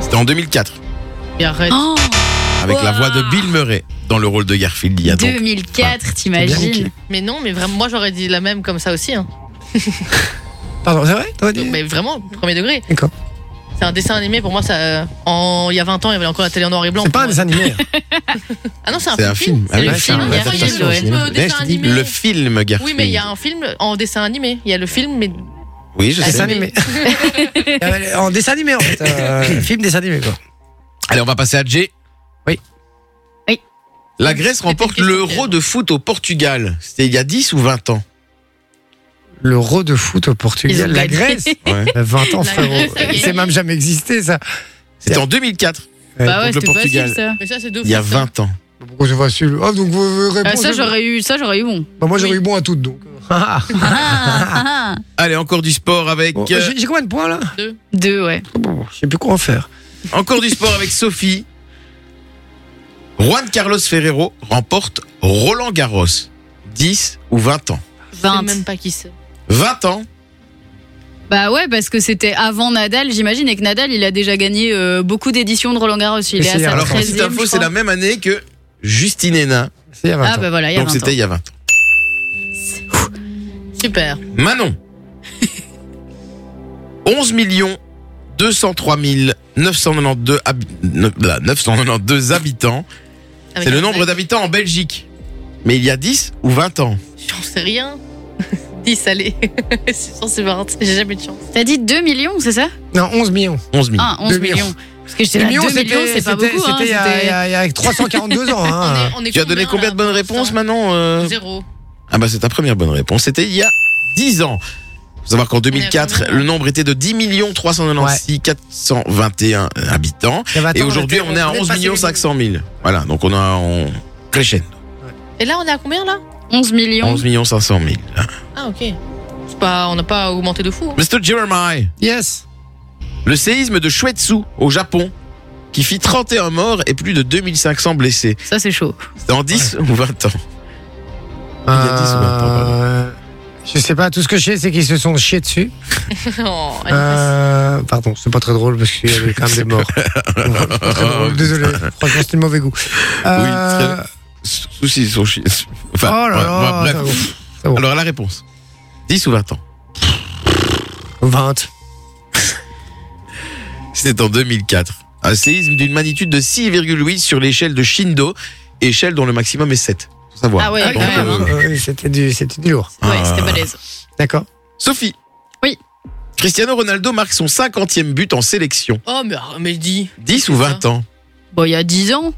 [SPEAKER 2] C'était en 2004,
[SPEAKER 4] Et arrête.
[SPEAKER 3] Oh,
[SPEAKER 2] avec la voix de Bill Murray dans le rôle de Garfield.
[SPEAKER 3] Oh,
[SPEAKER 2] Il y a donc
[SPEAKER 3] 2004,
[SPEAKER 1] bien niqué.
[SPEAKER 3] t'imagines
[SPEAKER 4] Mais non, mais vraiment, moi j'aurais dit la même comme ça aussi. hein.
[SPEAKER 1] Pardon, c'est vrai T'aurais dit
[SPEAKER 4] Donc, mais vraiment, premier degré.
[SPEAKER 1] D'accord.
[SPEAKER 4] C'est un dessin animé pour moi, ça. En... Il y a 20 ans, il y avait encore la télé en noir et blanc.
[SPEAKER 1] C'est pas un
[SPEAKER 4] Pour moi.
[SPEAKER 1] dessin animé. hein.
[SPEAKER 4] Ah non, c'est un,
[SPEAKER 2] C'est un film.
[SPEAKER 4] C'est
[SPEAKER 2] Ah
[SPEAKER 4] le
[SPEAKER 2] ouais, c'est
[SPEAKER 4] film.
[SPEAKER 2] une
[SPEAKER 4] Il y a
[SPEAKER 2] adaptation au
[SPEAKER 4] un film,
[SPEAKER 2] cinéma.
[SPEAKER 4] euh,
[SPEAKER 2] Mais
[SPEAKER 4] dessin
[SPEAKER 2] je dis
[SPEAKER 4] animé.
[SPEAKER 2] le film, Garfield.
[SPEAKER 4] Oui, mais il y a un film en dessin animé. Il y a le film, mais.
[SPEAKER 2] Oui, je sais.
[SPEAKER 1] dessin animé. Euh, en dessin animé, en fait. euh, film dessin animé, quoi.
[SPEAKER 2] Allez, on va passer à Jay.
[SPEAKER 1] Oui.
[SPEAKER 3] Oui.
[SPEAKER 2] La Grèce remporte
[SPEAKER 4] C'était une question
[SPEAKER 2] l'euro de foot au Portugal. C'était il y a 10 ou 20 ans.
[SPEAKER 1] L'euro de foot au Portugal.
[SPEAKER 3] Ils ont
[SPEAKER 1] La
[SPEAKER 3] gagné.
[SPEAKER 1] Grèce
[SPEAKER 2] Ouais.
[SPEAKER 1] 20 ans,
[SPEAKER 4] La Grèce
[SPEAKER 1] frérot.
[SPEAKER 4] a gagné.
[SPEAKER 1] C'est même jamais existé, ça.
[SPEAKER 2] C'était en 2004.
[SPEAKER 3] Bah ouais,
[SPEAKER 2] contre le
[SPEAKER 3] c'était
[SPEAKER 2] Portugal.
[SPEAKER 3] facile ça.
[SPEAKER 4] Mais ça, c'est deux
[SPEAKER 2] Il y a
[SPEAKER 4] fois ça.
[SPEAKER 2] 20 ans.
[SPEAKER 1] Pourquoi c'est facile Ah, donc vous- vous
[SPEAKER 3] Euh,
[SPEAKER 1] répondez-
[SPEAKER 3] ça j'aurais eu, ça j'aurais eu bon.
[SPEAKER 1] Bah, moi, j'aurais eu bon à toutes, donc. Ah, ah.
[SPEAKER 3] Ah, ah.
[SPEAKER 2] Allez, encore du sport avec
[SPEAKER 1] Bon,
[SPEAKER 2] euh,
[SPEAKER 1] J'ai j'ai combien de points, là
[SPEAKER 3] Deux ouais.
[SPEAKER 1] Bon, Je sais plus quoi en faire.
[SPEAKER 2] encore du sport avec Sophie. Juan Carlos Ferrero remporte Roland Garros. 10 ou 20 ans.
[SPEAKER 4] Je
[SPEAKER 3] 20.
[SPEAKER 4] sais même pas qui c'est.
[SPEAKER 2] 20 ans.
[SPEAKER 3] Bah ouais parce que c'était avant Nadal j'imagine et que Nadal il a déjà gagné euh, beaucoup d'éditions de Roland Garros. Il
[SPEAKER 1] Mais
[SPEAKER 3] est
[SPEAKER 1] c'est-
[SPEAKER 3] à sa
[SPEAKER 2] Alors, en
[SPEAKER 3] 13
[SPEAKER 2] petite info, c'est la même année que Justine Hénin.
[SPEAKER 1] C'est il y a 20
[SPEAKER 3] Ah
[SPEAKER 1] ans.
[SPEAKER 3] bah voilà, il y a
[SPEAKER 2] Donc
[SPEAKER 3] 20
[SPEAKER 2] c'était
[SPEAKER 3] ans.
[SPEAKER 2] il y a 20 ans.
[SPEAKER 4] Super.
[SPEAKER 2] Manon. 11 millions 203 992, hab- ne- bla, 992 habitants.
[SPEAKER 4] Avec
[SPEAKER 2] C'est le
[SPEAKER 4] un
[SPEAKER 2] nombre
[SPEAKER 4] Z.
[SPEAKER 2] d'habitants en Belgique. Mais il y a 10 ou 20 ans.
[SPEAKER 4] J'en sais rien. 10, allez. c'est sûr, c'est 20. J'ai jamais eu de chance.
[SPEAKER 3] T'as dit 2 millions c'est ça
[SPEAKER 1] Non, 11 millions.
[SPEAKER 2] 11 millions.
[SPEAKER 3] Ah 11
[SPEAKER 1] Deux millions.
[SPEAKER 3] millions. Parce que j'étais là 2 millions
[SPEAKER 1] c'était-
[SPEAKER 3] c'est pas
[SPEAKER 1] c'était-
[SPEAKER 3] beaucoup hein,
[SPEAKER 1] C'était il y a- il y
[SPEAKER 3] c'était-
[SPEAKER 1] a- il y a 342 ans.
[SPEAKER 4] On
[SPEAKER 1] hein.
[SPEAKER 4] est- on est
[SPEAKER 2] Ah, Tu as donné combien
[SPEAKER 4] là,
[SPEAKER 2] de bonnes
[SPEAKER 4] pour
[SPEAKER 2] réponses
[SPEAKER 4] ça
[SPEAKER 2] maintenant euh
[SPEAKER 4] Zéro.
[SPEAKER 2] Ah bah c'est ta première bonne réponse. C'était il y a 10 ans. Faut savoir qu'en 2004,
[SPEAKER 4] combien
[SPEAKER 2] le nombre était de 10 396 421 euh, habitants.
[SPEAKER 1] Il y a 20
[SPEAKER 2] Et
[SPEAKER 1] ans, on
[SPEAKER 2] aujourd'hui,
[SPEAKER 1] était-
[SPEAKER 2] on est à
[SPEAKER 1] venait de
[SPEAKER 2] 11
[SPEAKER 1] passer les-
[SPEAKER 2] 500 000. Voilà, donc on a... On... Crescendo.
[SPEAKER 4] Et là, on est à combien là
[SPEAKER 3] 11 millions.
[SPEAKER 2] 11 500 000.
[SPEAKER 4] Ah, ok. C'est pas, on n'a pas augmenté de fou. hein.
[SPEAKER 2] Mr. Jeremiah.
[SPEAKER 1] Yes.
[SPEAKER 2] Le séisme de Shuetsu au Japon qui fit 31 morts et plus de 2500 blessés.
[SPEAKER 3] Ça c'est chaud.
[SPEAKER 2] C'était en 10 ou 20 ans y a 10 ou 20 ans,
[SPEAKER 1] Euh, Je sais pas, tout ce que je sais, c'est qu'ils se sont chiés dessus.
[SPEAKER 4] Oh, elle est
[SPEAKER 1] Euh, pardon, c'est pas très drôle parce qu'il y avait quand même des morts. C'est pas très drôle, Désolé, franchement, c'était de mauvais goût. Euh,
[SPEAKER 2] Soucis sont chiés. Enfin,
[SPEAKER 1] oh là
[SPEAKER 2] bah, ouais,
[SPEAKER 1] là,
[SPEAKER 2] ouais,
[SPEAKER 1] ça
[SPEAKER 2] bref.
[SPEAKER 1] vaut-
[SPEAKER 2] Alors la réponse 10 ou 20 ans
[SPEAKER 1] 20.
[SPEAKER 2] C'était en 2004. Un séisme d'une magnitude de 6,8 sur l'échelle de Shindo, échelle dont le maximum est 7. Faut savoir.
[SPEAKER 3] Ah ouais, quand
[SPEAKER 2] Donc,
[SPEAKER 3] même, hein.
[SPEAKER 2] euh,
[SPEAKER 1] Euh, C'était du, c'était du lourd.
[SPEAKER 3] Ouais, c'était
[SPEAKER 2] Ah.
[SPEAKER 3] balèze.
[SPEAKER 1] D'accord.
[SPEAKER 2] Sophie.
[SPEAKER 3] Oui.
[SPEAKER 2] Cristiano Ronaldo marque son 50e but en sélection.
[SPEAKER 4] Oh, mais, mais dis.
[SPEAKER 2] 10 ou 20 ans
[SPEAKER 3] Bon il y a 10 ans.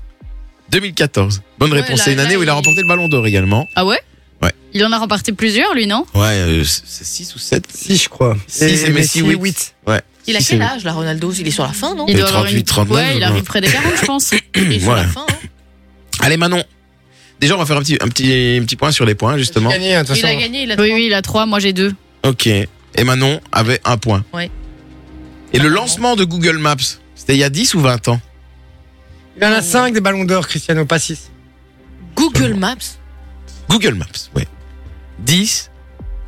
[SPEAKER 2] 2014. Bonne
[SPEAKER 4] Ouais,
[SPEAKER 2] réponse.
[SPEAKER 4] là,
[SPEAKER 2] C'est une
[SPEAKER 4] là,
[SPEAKER 2] année où il a
[SPEAKER 4] il-
[SPEAKER 2] remporté le ballon d'or également.
[SPEAKER 3] Ah ouais
[SPEAKER 2] Ouais.
[SPEAKER 3] Il en a remporté plusieurs lui non
[SPEAKER 2] Ouais, euh, c'est 6 ou 7.
[SPEAKER 1] Si, je crois.
[SPEAKER 2] Si, c'est Messi, oui.
[SPEAKER 1] 8.
[SPEAKER 2] Ouais.
[SPEAKER 4] Il a
[SPEAKER 2] Si,
[SPEAKER 4] quel
[SPEAKER 2] c'est-
[SPEAKER 4] âge là, Ronaldo Il est sur la fin, non
[SPEAKER 3] Il
[SPEAKER 2] Et
[SPEAKER 3] doit avoir
[SPEAKER 2] 38,
[SPEAKER 3] une
[SPEAKER 2] 39,
[SPEAKER 3] Ouais, il
[SPEAKER 2] je
[SPEAKER 3] arrive
[SPEAKER 2] crois.
[SPEAKER 3] près des 40 je pense.
[SPEAKER 4] Il est sur
[SPEAKER 2] Voilà.
[SPEAKER 4] la fin. hein.
[SPEAKER 2] Allez Manon. Déjà, on va faire un petit, un petit, un petit point sur les points, justement.
[SPEAKER 1] Gagné, hein, de toute
[SPEAKER 4] Il a
[SPEAKER 1] façon.
[SPEAKER 4] gagné, il a
[SPEAKER 3] Oui oui, il a 3, moi j'ai 2.
[SPEAKER 2] Ok. Et Manon avait un point.
[SPEAKER 4] Ouais.
[SPEAKER 2] Et le lancement de Google Maps, c'était il y a 10 ou 20 ans
[SPEAKER 1] Il en a 5 des ballons d'or, Cristiano, pas 6.
[SPEAKER 4] Google Maps.
[SPEAKER 2] Google Maps, ouais. 10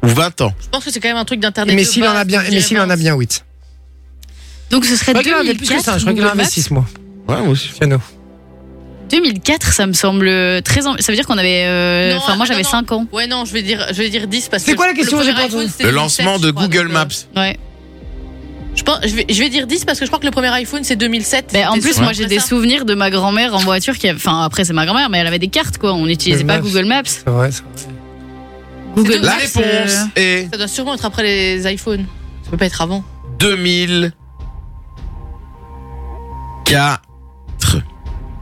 [SPEAKER 2] ou 20 ans
[SPEAKER 4] Je pense que c'est quand même un truc d'internet.
[SPEAKER 1] Mais
[SPEAKER 4] de
[SPEAKER 1] s'il en a
[SPEAKER 4] base,
[SPEAKER 1] bien,
[SPEAKER 4] je
[SPEAKER 1] mais
[SPEAKER 4] dirais
[SPEAKER 1] s'il en a bien 8.
[SPEAKER 3] Donc ce
[SPEAKER 1] Je
[SPEAKER 3] serait
[SPEAKER 1] crois qu'il en avait plus que
[SPEAKER 3] 2004.
[SPEAKER 1] ça, je crois qu'il en
[SPEAKER 3] Google
[SPEAKER 1] avait
[SPEAKER 3] Maps.
[SPEAKER 1] 6, moi.
[SPEAKER 2] Ouais, moi aussi.
[SPEAKER 1] Cristiano.
[SPEAKER 3] 2004, ça me semble très. en- Ça veut dire qu'on avait. euh,
[SPEAKER 4] Non,
[SPEAKER 3] Enfin, moi
[SPEAKER 4] ah,
[SPEAKER 3] j'avais
[SPEAKER 4] non,
[SPEAKER 3] 5 ans.
[SPEAKER 4] Ouais, non, je vais dire, je vais dire 10 parce que.
[SPEAKER 1] C'est quoi la question
[SPEAKER 4] le
[SPEAKER 1] J'ai
[SPEAKER 4] premier
[SPEAKER 1] pas entendu.
[SPEAKER 4] iPhone, c'était
[SPEAKER 2] Le lancement
[SPEAKER 4] 2007,
[SPEAKER 2] de
[SPEAKER 4] je crois,
[SPEAKER 2] Google
[SPEAKER 4] donc, euh,
[SPEAKER 2] Maps.
[SPEAKER 3] Ouais.
[SPEAKER 4] Je, pense, je, vais, je vais dire 10 parce que je crois que le premier iPhone c'est 2007.
[SPEAKER 3] Mais Ben, en
[SPEAKER 4] C'était
[SPEAKER 3] plus,
[SPEAKER 4] sûrement
[SPEAKER 3] moi j'ai
[SPEAKER 4] pas
[SPEAKER 3] des
[SPEAKER 4] ça.
[SPEAKER 3] souvenirs de ma grand-mère en voiture qui. avait- Enfin, après c'est ma grand-mère, mais elle avait des cartes quoi. On n'utilisait
[SPEAKER 1] Google
[SPEAKER 3] pas
[SPEAKER 1] Maps.
[SPEAKER 3] Google Maps.
[SPEAKER 1] C'est vrai, c'est vrai.
[SPEAKER 3] Google
[SPEAKER 2] La
[SPEAKER 3] Maps,
[SPEAKER 2] réponse
[SPEAKER 3] euh,
[SPEAKER 2] est
[SPEAKER 4] Ça doit sûrement être après les iPhones. Ça peut pas être avant.
[SPEAKER 2] 2004.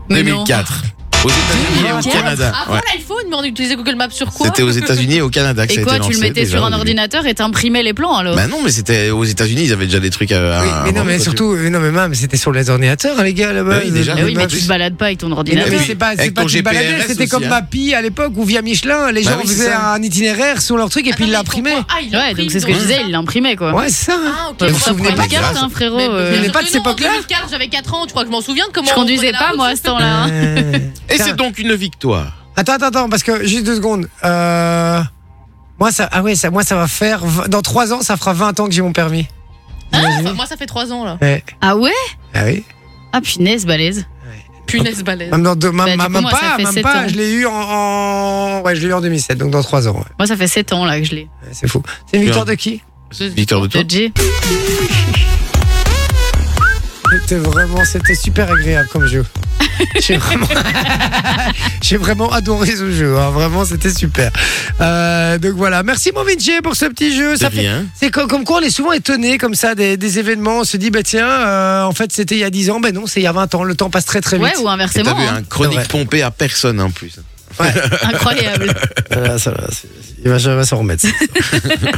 [SPEAKER 3] Mais non. Ah,
[SPEAKER 2] 2004. Aux États-Unis et au
[SPEAKER 3] 2004.
[SPEAKER 2] Canada.
[SPEAKER 4] Avant
[SPEAKER 2] Ouais.
[SPEAKER 4] l'iPhone, mais on utilisait Google Maps sur quoi
[SPEAKER 2] C'était aux États-Unis et au Canada que ça
[SPEAKER 3] Et
[SPEAKER 2] a
[SPEAKER 3] quoi,
[SPEAKER 2] été
[SPEAKER 3] tu le
[SPEAKER 2] lancé,
[SPEAKER 3] mettais
[SPEAKER 2] déjà,
[SPEAKER 3] sur
[SPEAKER 2] au
[SPEAKER 3] un
[SPEAKER 2] début.
[SPEAKER 3] ordinateur et t'imprimais les plans alors
[SPEAKER 2] Bah non, mais c'était aux États-Unis, ils avaient déjà des trucs à.
[SPEAKER 1] Oui,
[SPEAKER 2] à-
[SPEAKER 1] mais non,
[SPEAKER 2] à-
[SPEAKER 1] mais surtout, euh, non, mais même, c'était sur les ordinateurs, hein, les gars, là-bas.
[SPEAKER 2] Ah bah, oui, déjà.
[SPEAKER 3] Bah oui,
[SPEAKER 2] Google
[SPEAKER 3] mais
[SPEAKER 2] Maps.
[SPEAKER 3] tu te balades pas avec ton
[SPEAKER 1] Mais non,
[SPEAKER 3] ordinateur.
[SPEAKER 1] mais
[SPEAKER 2] Eh oui.
[SPEAKER 1] c'est pas, c'est
[SPEAKER 2] Avec
[SPEAKER 1] pas
[SPEAKER 2] ton
[SPEAKER 1] tu te baladais,
[SPEAKER 2] GPRS
[SPEAKER 1] c'était
[SPEAKER 2] aussi,
[SPEAKER 1] comme
[SPEAKER 2] hein.
[SPEAKER 1] Papy à l'époque ou via Michelin, les
[SPEAKER 2] Bah
[SPEAKER 1] gens
[SPEAKER 2] oui, c'est
[SPEAKER 1] faisaient
[SPEAKER 2] ça.
[SPEAKER 1] un itinéraire sur leur truc et puis ils l'imprimaient.
[SPEAKER 4] Ah, il
[SPEAKER 3] Ouais, donc c'est ce que je disais, il l'imprimait quoi.
[SPEAKER 1] Ouais, c'est ça. hein.
[SPEAKER 4] Ah, ok.
[SPEAKER 1] Vous
[SPEAKER 3] Et
[SPEAKER 1] vous
[SPEAKER 3] pour ça,
[SPEAKER 1] souvenez
[SPEAKER 3] prends
[SPEAKER 1] pas
[SPEAKER 3] une carte, hein, frérot. euh,
[SPEAKER 1] Mais pas de cette époque-là.
[SPEAKER 4] En 2004, j'avais 4 ans, tu crois que je m'en souviens de comment
[SPEAKER 3] Je
[SPEAKER 4] on
[SPEAKER 3] conduisais
[SPEAKER 4] prenait la
[SPEAKER 3] pas
[SPEAKER 4] route
[SPEAKER 3] moi à ce temps-là.
[SPEAKER 2] Ah,
[SPEAKER 3] hein.
[SPEAKER 1] Euh,
[SPEAKER 2] Et
[SPEAKER 1] Tiens.
[SPEAKER 2] c'est donc une victoire.
[SPEAKER 1] Attends, attends, attends, parce que juste deux secondes. Euh, moi, ça, ah oui, ça, moi, ça va faire. v- Dans trois ans, ça fera 20 ans que j'ai mon permis.
[SPEAKER 4] Enfin, Ah, moi, ça fait 3 ans là.
[SPEAKER 2] Eh,
[SPEAKER 1] Ouais.
[SPEAKER 3] Ah ouais
[SPEAKER 1] Ah oui.
[SPEAKER 3] Ah punaise, balèze.
[SPEAKER 4] Punaise balèze.
[SPEAKER 1] Même, dans deux,
[SPEAKER 3] Bah,
[SPEAKER 1] même,
[SPEAKER 3] du coup,
[SPEAKER 1] même
[SPEAKER 3] moi, ça
[SPEAKER 1] pas,
[SPEAKER 3] fait
[SPEAKER 1] même
[SPEAKER 3] sept
[SPEAKER 1] pas.
[SPEAKER 3] ans.
[SPEAKER 1] Je l'ai eu en, en- Ouais, je l'ai eu en 2007, donc dans trois ans. ouais.
[SPEAKER 3] Moi ça fait 7 ans là que je l'ai.
[SPEAKER 1] Ouais, C'est fou. C'est une
[SPEAKER 2] Bien.
[SPEAKER 1] victoire de qui
[SPEAKER 2] Victor de toi.
[SPEAKER 3] de G.
[SPEAKER 1] C'était vraiment, c'était super agréable comme jeu. J'ai vraiment, j'ai vraiment adoré ce jeu. hein. Vraiment, c'était super. Euh, donc voilà. Merci mon Vinci pour ce petit jeu.
[SPEAKER 2] C'est
[SPEAKER 1] Ça fait-
[SPEAKER 2] rien.
[SPEAKER 1] C'est co- comme, quoi on est souvent étonné comme ça des, des événements. On se dit bah tiens, euh, en fait c'était il y a 10 ans, ben non c'est il y a 20 ans. Le temps passe très très vite.
[SPEAKER 3] Ouais, ou
[SPEAKER 2] Et T'as
[SPEAKER 3] inversement.
[SPEAKER 2] vu
[SPEAKER 3] hein.
[SPEAKER 2] un chronique
[SPEAKER 1] C'est vrai.
[SPEAKER 2] pompé à personne en plus.
[SPEAKER 3] Incroyable.
[SPEAKER 2] Oh,
[SPEAKER 1] Voilà, Euh, ça va, c'est- il va, ça va s'en remettre. ça.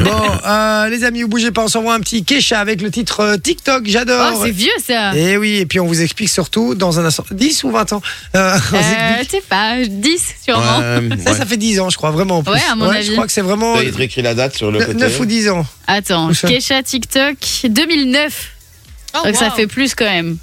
[SPEAKER 1] bon euh, les amis, vous bougez pas, on s'envoie un petit Kesha avec le titre euh, TikTok. J'adore.
[SPEAKER 3] Oh, c'est vieux ça.
[SPEAKER 1] et oui, et puis on vous explique surtout dans un instant, 10 ou 20 ans. Euh, on vous explique-
[SPEAKER 3] Euh, Je sais pas, 10 sûrement.
[SPEAKER 2] Ouais,
[SPEAKER 1] Ça,
[SPEAKER 2] ouais.
[SPEAKER 1] ça fait 10 ans, je crois, vraiment. en plus.
[SPEAKER 3] Ouais, à mon avis.
[SPEAKER 1] Je crois que c'est vraiment
[SPEAKER 2] T'as être écrit la date sur le E.
[SPEAKER 1] 9,
[SPEAKER 2] côté.
[SPEAKER 1] ou 10 ans.
[SPEAKER 3] Attends,
[SPEAKER 1] Où ça
[SPEAKER 3] Kesha TikTok 2009.
[SPEAKER 4] Oh,
[SPEAKER 3] Donc ça
[SPEAKER 4] wow.
[SPEAKER 3] fait plus quand même.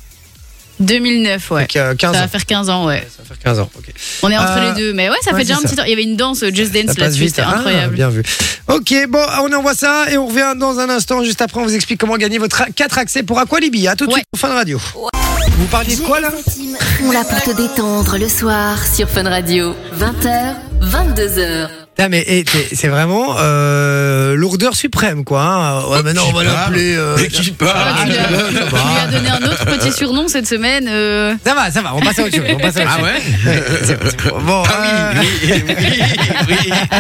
[SPEAKER 3] 2009, ouais.
[SPEAKER 1] Donc, euh, 15
[SPEAKER 3] Ça
[SPEAKER 1] ans.
[SPEAKER 3] va faire 15 ans, ouais.
[SPEAKER 1] Ça va faire 15 ans. ok.
[SPEAKER 3] On est entre
[SPEAKER 1] Euh,
[SPEAKER 3] les deux. Mais ouais, ça
[SPEAKER 1] ouais,
[SPEAKER 3] fait déjà
[SPEAKER 1] c'est
[SPEAKER 3] un petit temps. Il y avait une danse euh, Just
[SPEAKER 1] Ça
[SPEAKER 3] Dance
[SPEAKER 1] passe
[SPEAKER 3] là-dessus,
[SPEAKER 1] vite.
[SPEAKER 3] c'était
[SPEAKER 1] Ah,
[SPEAKER 3] incroyable.
[SPEAKER 1] bien vu. Ok, bon, on envoie ça et on revient dans un instant. Juste après, on vous explique comment gagner vos 4 accès pour Aqualibi. À tout de
[SPEAKER 3] Ouais.
[SPEAKER 1] suite, en fin de radio. Vous parliez de quoi là
[SPEAKER 5] On là pour te détendre le soir sur Fun Radio. 20h, 22h.
[SPEAKER 1] Non, mais eh, t'es- c'est vraiment euh, lourdeur suprême, quoi. hein. Ouais, maintenant, on va l'appeler. euh,
[SPEAKER 2] Mais qui
[SPEAKER 3] Ah,
[SPEAKER 2] parle
[SPEAKER 3] tu lui as-
[SPEAKER 1] ça
[SPEAKER 3] tu
[SPEAKER 1] va.
[SPEAKER 3] lui as donné un autre petit surnom cette semaine. euh,
[SPEAKER 1] Ça va, ça va, on passe à autre chose. On passe à autre
[SPEAKER 2] Ah
[SPEAKER 1] chose.
[SPEAKER 2] ouais
[SPEAKER 1] Ouais, c'est- c'est- Bon, euh,
[SPEAKER 2] oui, oui,
[SPEAKER 3] Ah,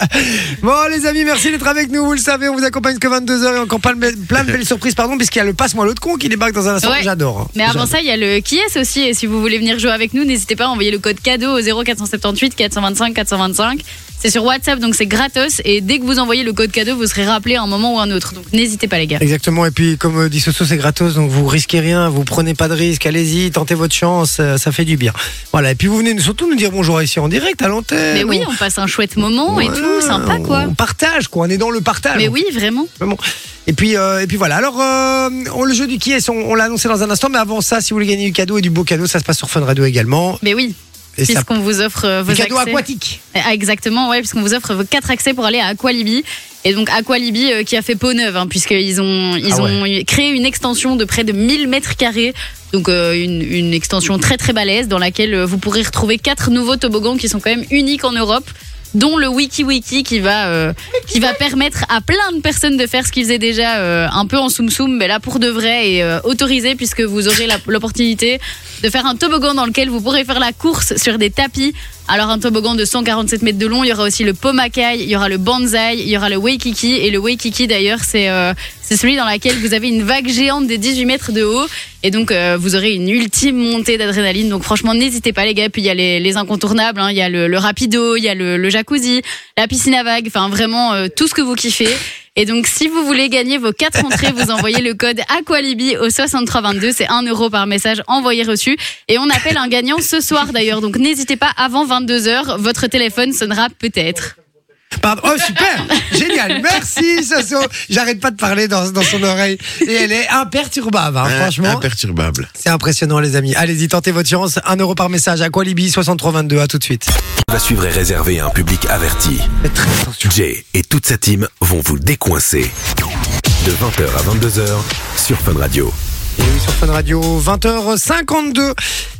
[SPEAKER 2] oui.
[SPEAKER 1] Bon les amis, merci d'être avec nous, vous le savez, on vous accompagne jusqu'à 22h et encore plein de, belles, plein de belles surprises, pardon, puisqu'il y a le passe-moi l'autre con qui débarque dans un instant,
[SPEAKER 3] Ouais.
[SPEAKER 1] j'adore. hein.
[SPEAKER 3] Mais avant
[SPEAKER 1] J'adore.
[SPEAKER 3] ça, il y a le qui est aussi. Et si vous voulez venir jouer avec nous, n'hésitez pas à envoyer le code cadeau au 0478 425 425. C'est sur WhatsApp, donc c'est gratos. Et dès que vous envoyez le code cadeau, vous serez rappelé à un moment ou un autre. Donc n'hésitez pas, les gars.
[SPEAKER 1] Exactement, et puis comme euh, dit Soso, c'est gratos, donc vous risquez rien, vous prenez pas de risque, allez-y, tentez votre chance, euh, ça fait du bien. Voilà, et puis vous venez nous- surtout nous dire bonjour ici en direct, à l'antenne.
[SPEAKER 3] Mais oui, on passe un chouette moment et tout, sympa quoi.
[SPEAKER 1] On partage quoi, on est dans le partage.
[SPEAKER 3] Mais oui, vraiment.
[SPEAKER 1] Vraiment. Et puis, euh, et puis voilà. Alors, euh, on- le jeu du qui est, on, on l'a annoncé dans un instant. Mais avant ça, si vous voulez gagner du cadeau et du beau cadeau, ça se passe sur Fun Radio également.
[SPEAKER 3] Mais oui,
[SPEAKER 1] Et ça,
[SPEAKER 3] puisqu'on vous offre euh, vos
[SPEAKER 1] des cadeaux
[SPEAKER 3] accès.
[SPEAKER 1] aquatiques.
[SPEAKER 3] Ah, Exactement, ouais, puisqu'on vous offre vos quatre accès pour aller à Aqualibi. Et donc Aqualibi euh, qui a fait peau neuve, hein, puisqu'ils ont, ils
[SPEAKER 1] Ah ouais.
[SPEAKER 3] ont eu- créé une extension de près de 1000 mètres carrés. Donc euh, une, une extension très très balèze dans laquelle euh, vous pourrez retrouver quatre nouveaux toboggans qui sont quand même uniques en Europe dont le Wiki Wiki qui va euh, qui va permettre à plein de personnes de faire ce qu'ils faisaient déjà euh, un peu en soum soum mais là pour de vrai et euh, autorisé puisque vous aurez la- l'opportunité de faire un toboggan dans lequel vous pourrez faire la course sur des tapis alors un toboggan de 147 mètres de long il y aura aussi le pomakai il y aura le banzai il y aura le waikiki et le waikiki d'ailleurs c'est euh, c'est celui dans lequel vous avez une vague géante des 18 mètres de haut et donc euh, vous aurez une ultime montée d'adrénaline donc franchement n'hésitez pas les gars puis il y a les, les incontournables hein. il y a le, le rapido il y a le, le jacuzzi la piscine à vagues, enfin vraiment euh, tout ce que vous kiffez. Et donc, si vous voulez gagner vos quatre entrées, vous envoyez le code Aqualibi au 6322. C'est 1 euro par message envoyé reçu. Et on appelle un gagnant ce soir d'ailleurs. Donc, n'hésitez pas avant 22h. Votre téléphone sonnera peut-être.
[SPEAKER 1] Pardon. Oh, super! Génial! Merci, Soso! J'arrête pas de parler dans, dans son oreille. Et elle est imperturbable, hein, franchement.
[SPEAKER 2] Imperturbable.
[SPEAKER 1] C'est impressionnant, les amis. Allez-y, tentez votre chance. 1 euro par message. Aqualibi 6322. À tout de suite.
[SPEAKER 6] Va suivre et réserver à un public averti.
[SPEAKER 1] Faites très attention.
[SPEAKER 6] Jay et toute sa team vont vous décoincer. De 20h à 22h sur Fun Radio.
[SPEAKER 1] Et oui, sur Fun Radio, 20h52.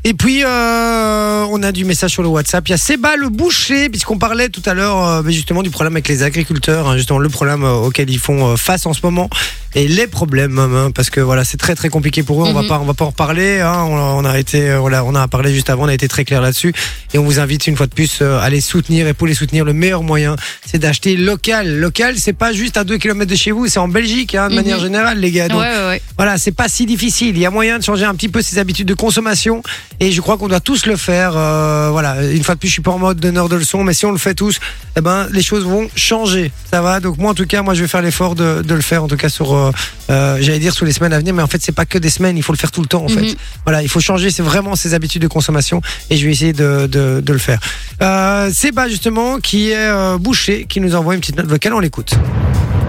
[SPEAKER 1] Et puis, euh, on a du message sur le WhatsApp. Il y a Seba le boucher, puisqu'on parlait tout à l'heure euh, mais justement du problème avec les agriculteurs, hein, justement le problème euh, auquel ils font euh, face en ce moment, et les problèmes même, hein, parce que voilà, c'est très très compliqué pour eux. On va
[SPEAKER 3] Mhm.
[SPEAKER 1] pas, on va pas en reparler. hein. on, on a été, euh, voilà, on a parlé juste avant, on a été très clair là-dessus. Et on vous invite une fois de plus euh, à les soutenir. Et pour les soutenir, le meilleur moyen, c'est d'acheter local. Local, c'est pas juste à 2 km de chez vous, c'est en Belgique, hein, de
[SPEAKER 3] Mhm.
[SPEAKER 1] manière générale, les gars.
[SPEAKER 3] Ouais,
[SPEAKER 1] Donc,
[SPEAKER 3] ouais, ouais.
[SPEAKER 1] voilà, c'est pas si difficile. Il y a moyen de changer un petit peu ses habitudes de consommation et je crois qu'on doit tous le faire. Euh, voilà, une fois de plus, je suis pas en mode donneur de leçons, mais si on le fait tous, eh ben les choses vont changer. Ça va. Donc moi, en tout cas, moi je vais faire l'effort de, de le faire, en tout cas sur, euh, euh, j'allais dire sur les semaines à venir, mais en fait c'est pas que des semaines. Il faut le faire tout le temps en
[SPEAKER 3] Mhm.
[SPEAKER 1] fait. Voilà, il faut changer c'est vraiment ses habitudes de consommation et je vais essayer de, de, de le faire. Euh, Seba justement qui est euh, boucher, qui nous envoie une petite note vocale, on l'écoute.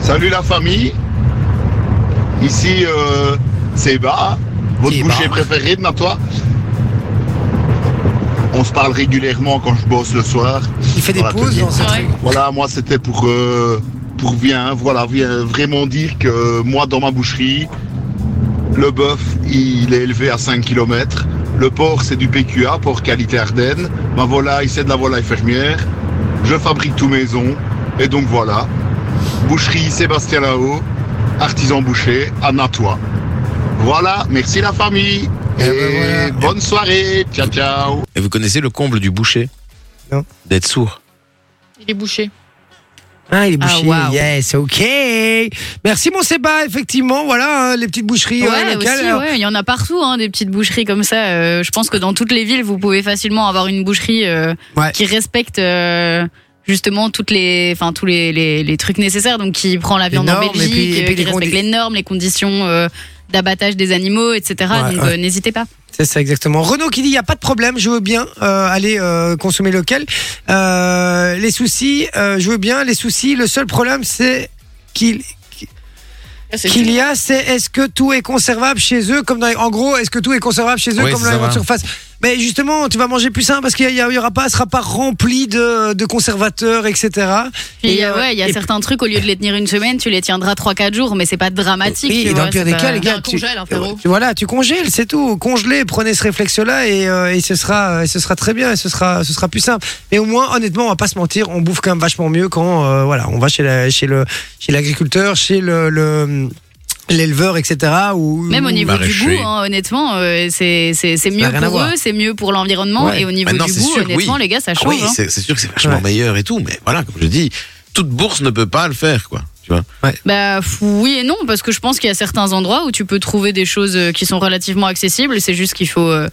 [SPEAKER 8] Salut la famille. Ici, euh, c'est Ba, votre
[SPEAKER 1] Seba.
[SPEAKER 8] boucher préféré de Natois. On se parle régulièrement quand je bosse le soir.
[SPEAKER 1] Il fait des
[SPEAKER 8] Dans
[SPEAKER 1] pauses
[SPEAKER 8] l'atelier.
[SPEAKER 1] dans ce
[SPEAKER 3] Ouais.
[SPEAKER 1] truc.
[SPEAKER 8] Voilà, moi c'était pour, euh, pour bien, voilà, bien vraiment dire que euh, moi dans ma boucherie, le bœuf il est élevé à 5 km, le porc c'est du PQA, porc qualité Ardennes, ma volaille c'est de la volaille fermière, je fabrique tout maison, et donc voilà, Boucherie Sébastien Lao, artisan boucher, Anatois. Voilà, merci la famille.
[SPEAKER 1] Eh
[SPEAKER 8] Et,
[SPEAKER 1] ben voilà.
[SPEAKER 8] bonne soirée. Ciao, ciao.
[SPEAKER 2] Et vous connaissez le comble du boucher
[SPEAKER 1] Non.
[SPEAKER 2] D'être sourd.
[SPEAKER 3] Il est bouché.
[SPEAKER 1] Ah, il est
[SPEAKER 3] Ah,
[SPEAKER 1] bouché.
[SPEAKER 3] waouh.
[SPEAKER 1] Yes, ok. Merci, mon Séba. Effectivement, voilà, hein, les petites boucheries
[SPEAKER 3] Ouais,
[SPEAKER 1] euh,
[SPEAKER 3] aussi,
[SPEAKER 1] locales. Alors,
[SPEAKER 3] ouais, il y en a partout, hein, des petites boucheries comme ça. Euh, je pense que dans toutes les villes, vous pouvez facilement avoir une boucherie euh,
[SPEAKER 1] Ouais.
[SPEAKER 3] qui respecte euh, justement toutes les, enfin tous les, les, les trucs nécessaires, donc qui prend la
[SPEAKER 1] Les
[SPEAKER 3] viande en
[SPEAKER 1] normes, et
[SPEAKER 3] Belgique,
[SPEAKER 1] puis- et
[SPEAKER 3] euh,
[SPEAKER 1] puis
[SPEAKER 3] qui
[SPEAKER 1] les
[SPEAKER 3] respecte
[SPEAKER 1] condi-
[SPEAKER 3] les normes, les conditions euh, d'abattage des animaux, etc.
[SPEAKER 1] Ouais,
[SPEAKER 3] donc
[SPEAKER 1] ouais.
[SPEAKER 3] euh, n'hésitez pas.
[SPEAKER 1] C'est ça, exactement. Renaud qui dit il n'y a pas de problème, je veux bien euh, aller euh, consommer local. Euh, les soucis, euh, je veux bien. Les soucis, le seul problème, c'est qu'il
[SPEAKER 4] C'est
[SPEAKER 1] qu'il y a, c'est est-ce que tout est conservable chez eux, comme dans les- en gros, est-ce que tout est conservable chez eux,
[SPEAKER 2] Oui,
[SPEAKER 1] comme dans
[SPEAKER 2] c'est
[SPEAKER 1] les
[SPEAKER 2] ça,
[SPEAKER 1] grandes
[SPEAKER 2] va.
[SPEAKER 1] surfaces. Mais justement, tu vas manger plus sain parce qu'il y, a- il y aura pas, sera pas rempli de, de conservateurs, etc.
[SPEAKER 3] Puis,
[SPEAKER 1] Et,
[SPEAKER 3] euh, ouais, il y a
[SPEAKER 1] et-
[SPEAKER 3] certains trucs, au lieu de les tenir une semaine, tu les tiendras 3-4 jours, mais c'est pas dramatique.
[SPEAKER 1] Oui,
[SPEAKER 3] tu
[SPEAKER 1] et dans
[SPEAKER 3] vois,
[SPEAKER 1] le pire
[SPEAKER 3] c'est
[SPEAKER 1] des
[SPEAKER 3] pas-
[SPEAKER 1] cas, les
[SPEAKER 4] Il y a
[SPEAKER 1] gars,
[SPEAKER 4] un
[SPEAKER 1] tu,
[SPEAKER 4] congèle, hein, frérot.
[SPEAKER 1] tu- voilà, tu congèles, c'est tout. Congelez, prenez ce réflexe-là et, euh, et ce sera, et ce sera très bien, et ce sera, ce sera plus simple. Et au moins, honnêtement, on va pas se mentir, on bouffe quand même vachement mieux quand, euh, voilà, on va chez la, chez le, chez l'agriculteur, chez le, le- l'éleveur, etc. Ou
[SPEAKER 3] Même au niveau
[SPEAKER 2] maraîcher.
[SPEAKER 3] du goût, hein, honnêtement, euh, c'est c'est- c'est mieux
[SPEAKER 1] n'a rien à
[SPEAKER 3] pour
[SPEAKER 1] voir.
[SPEAKER 3] eux, c'est mieux pour l'environnement.
[SPEAKER 1] Ouais.
[SPEAKER 3] Et au niveau
[SPEAKER 2] Maintenant,
[SPEAKER 3] du
[SPEAKER 2] Bah c'est
[SPEAKER 3] goût,
[SPEAKER 2] sûr,
[SPEAKER 3] honnêtement,
[SPEAKER 2] oui.
[SPEAKER 3] les gars, ça
[SPEAKER 2] Ah
[SPEAKER 3] change.
[SPEAKER 2] oui,
[SPEAKER 3] hein.
[SPEAKER 2] c'est c'est sûr que c'est vachement
[SPEAKER 1] Ouais.
[SPEAKER 2] meilleur et tout, mais voilà, comme je dis, toute bourse ne peut pas le faire, quoi. Tu vois
[SPEAKER 3] Bah f- oui et non, parce que je pense qu'il y a certains endroits où tu peux trouver des choses euh, qui sont relativement accessibles. C'est juste qu'il faut. euh,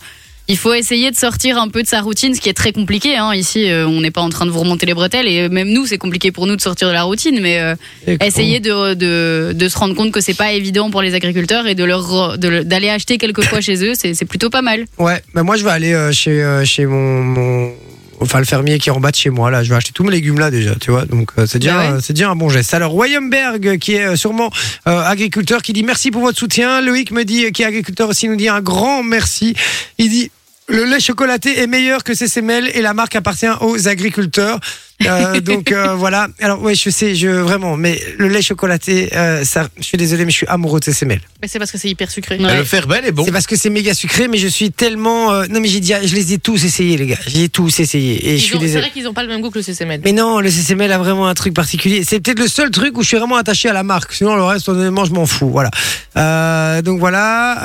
[SPEAKER 3] il faut essayer de sortir un peu de sa routine, ce qui est très compliqué. Hein. Ici, euh, on n'est pas en train de vous remonter les bretelles, et même nous, c'est compliqué pour nous de sortir de la routine. Mais euh, essayer de, de, de se rendre compte que c'est pas évident pour les agriculteurs et de leur re- de le- d'aller acheter quelquefois chez eux, c'est c'est plutôt pas mal.
[SPEAKER 1] Ouais, bah moi je vais aller euh, chez, euh, chez mon, mon- Enfin, le fermier qui est en bas de chez moi, là. Je vais acheter tous mes légumes là déjà, tu vois. Donc, euh, c'est déjà,
[SPEAKER 3] Bah ouais.
[SPEAKER 1] euh, c'est déjà un bon geste. Alors, Royumberg, euh, qui est euh, sûrement euh, agriculteur, qui dit merci pour votre soutien. Loïc me dit, euh, qui est agriculteur aussi, nous dit un grand merci. Il dit. Le lait chocolaté est meilleur que ses semelles et la marque appartient aux agriculteurs. Euh, donc euh, voilà. Alors ouais, je sais, je vraiment, mais le lait chocolaté, euh, ça, je suis désolé, mais je suis amoureux de ses semelles.
[SPEAKER 4] Mais c'est parce que c'est hyper sucré.
[SPEAKER 3] Ouais.
[SPEAKER 2] Et Le faire belle est bon.
[SPEAKER 1] C'est parce que c'est méga sucré, mais je suis tellement. euh, Non, mais j'ai dit, je les ai tous essayés, les gars. J'ai tous essayé. Et
[SPEAKER 4] Ils
[SPEAKER 1] je suis
[SPEAKER 4] ont- C'est
[SPEAKER 1] désolé.
[SPEAKER 4] vrai qu'ils n'ont pas le même goût que le CCML.
[SPEAKER 1] Mais non, le CCML a vraiment un truc particulier. C'est peut-être le seul truc où je suis vraiment attaché à la marque. Sinon, le reste, honnêtement, je m'en fous. Voilà. Euh, donc voilà.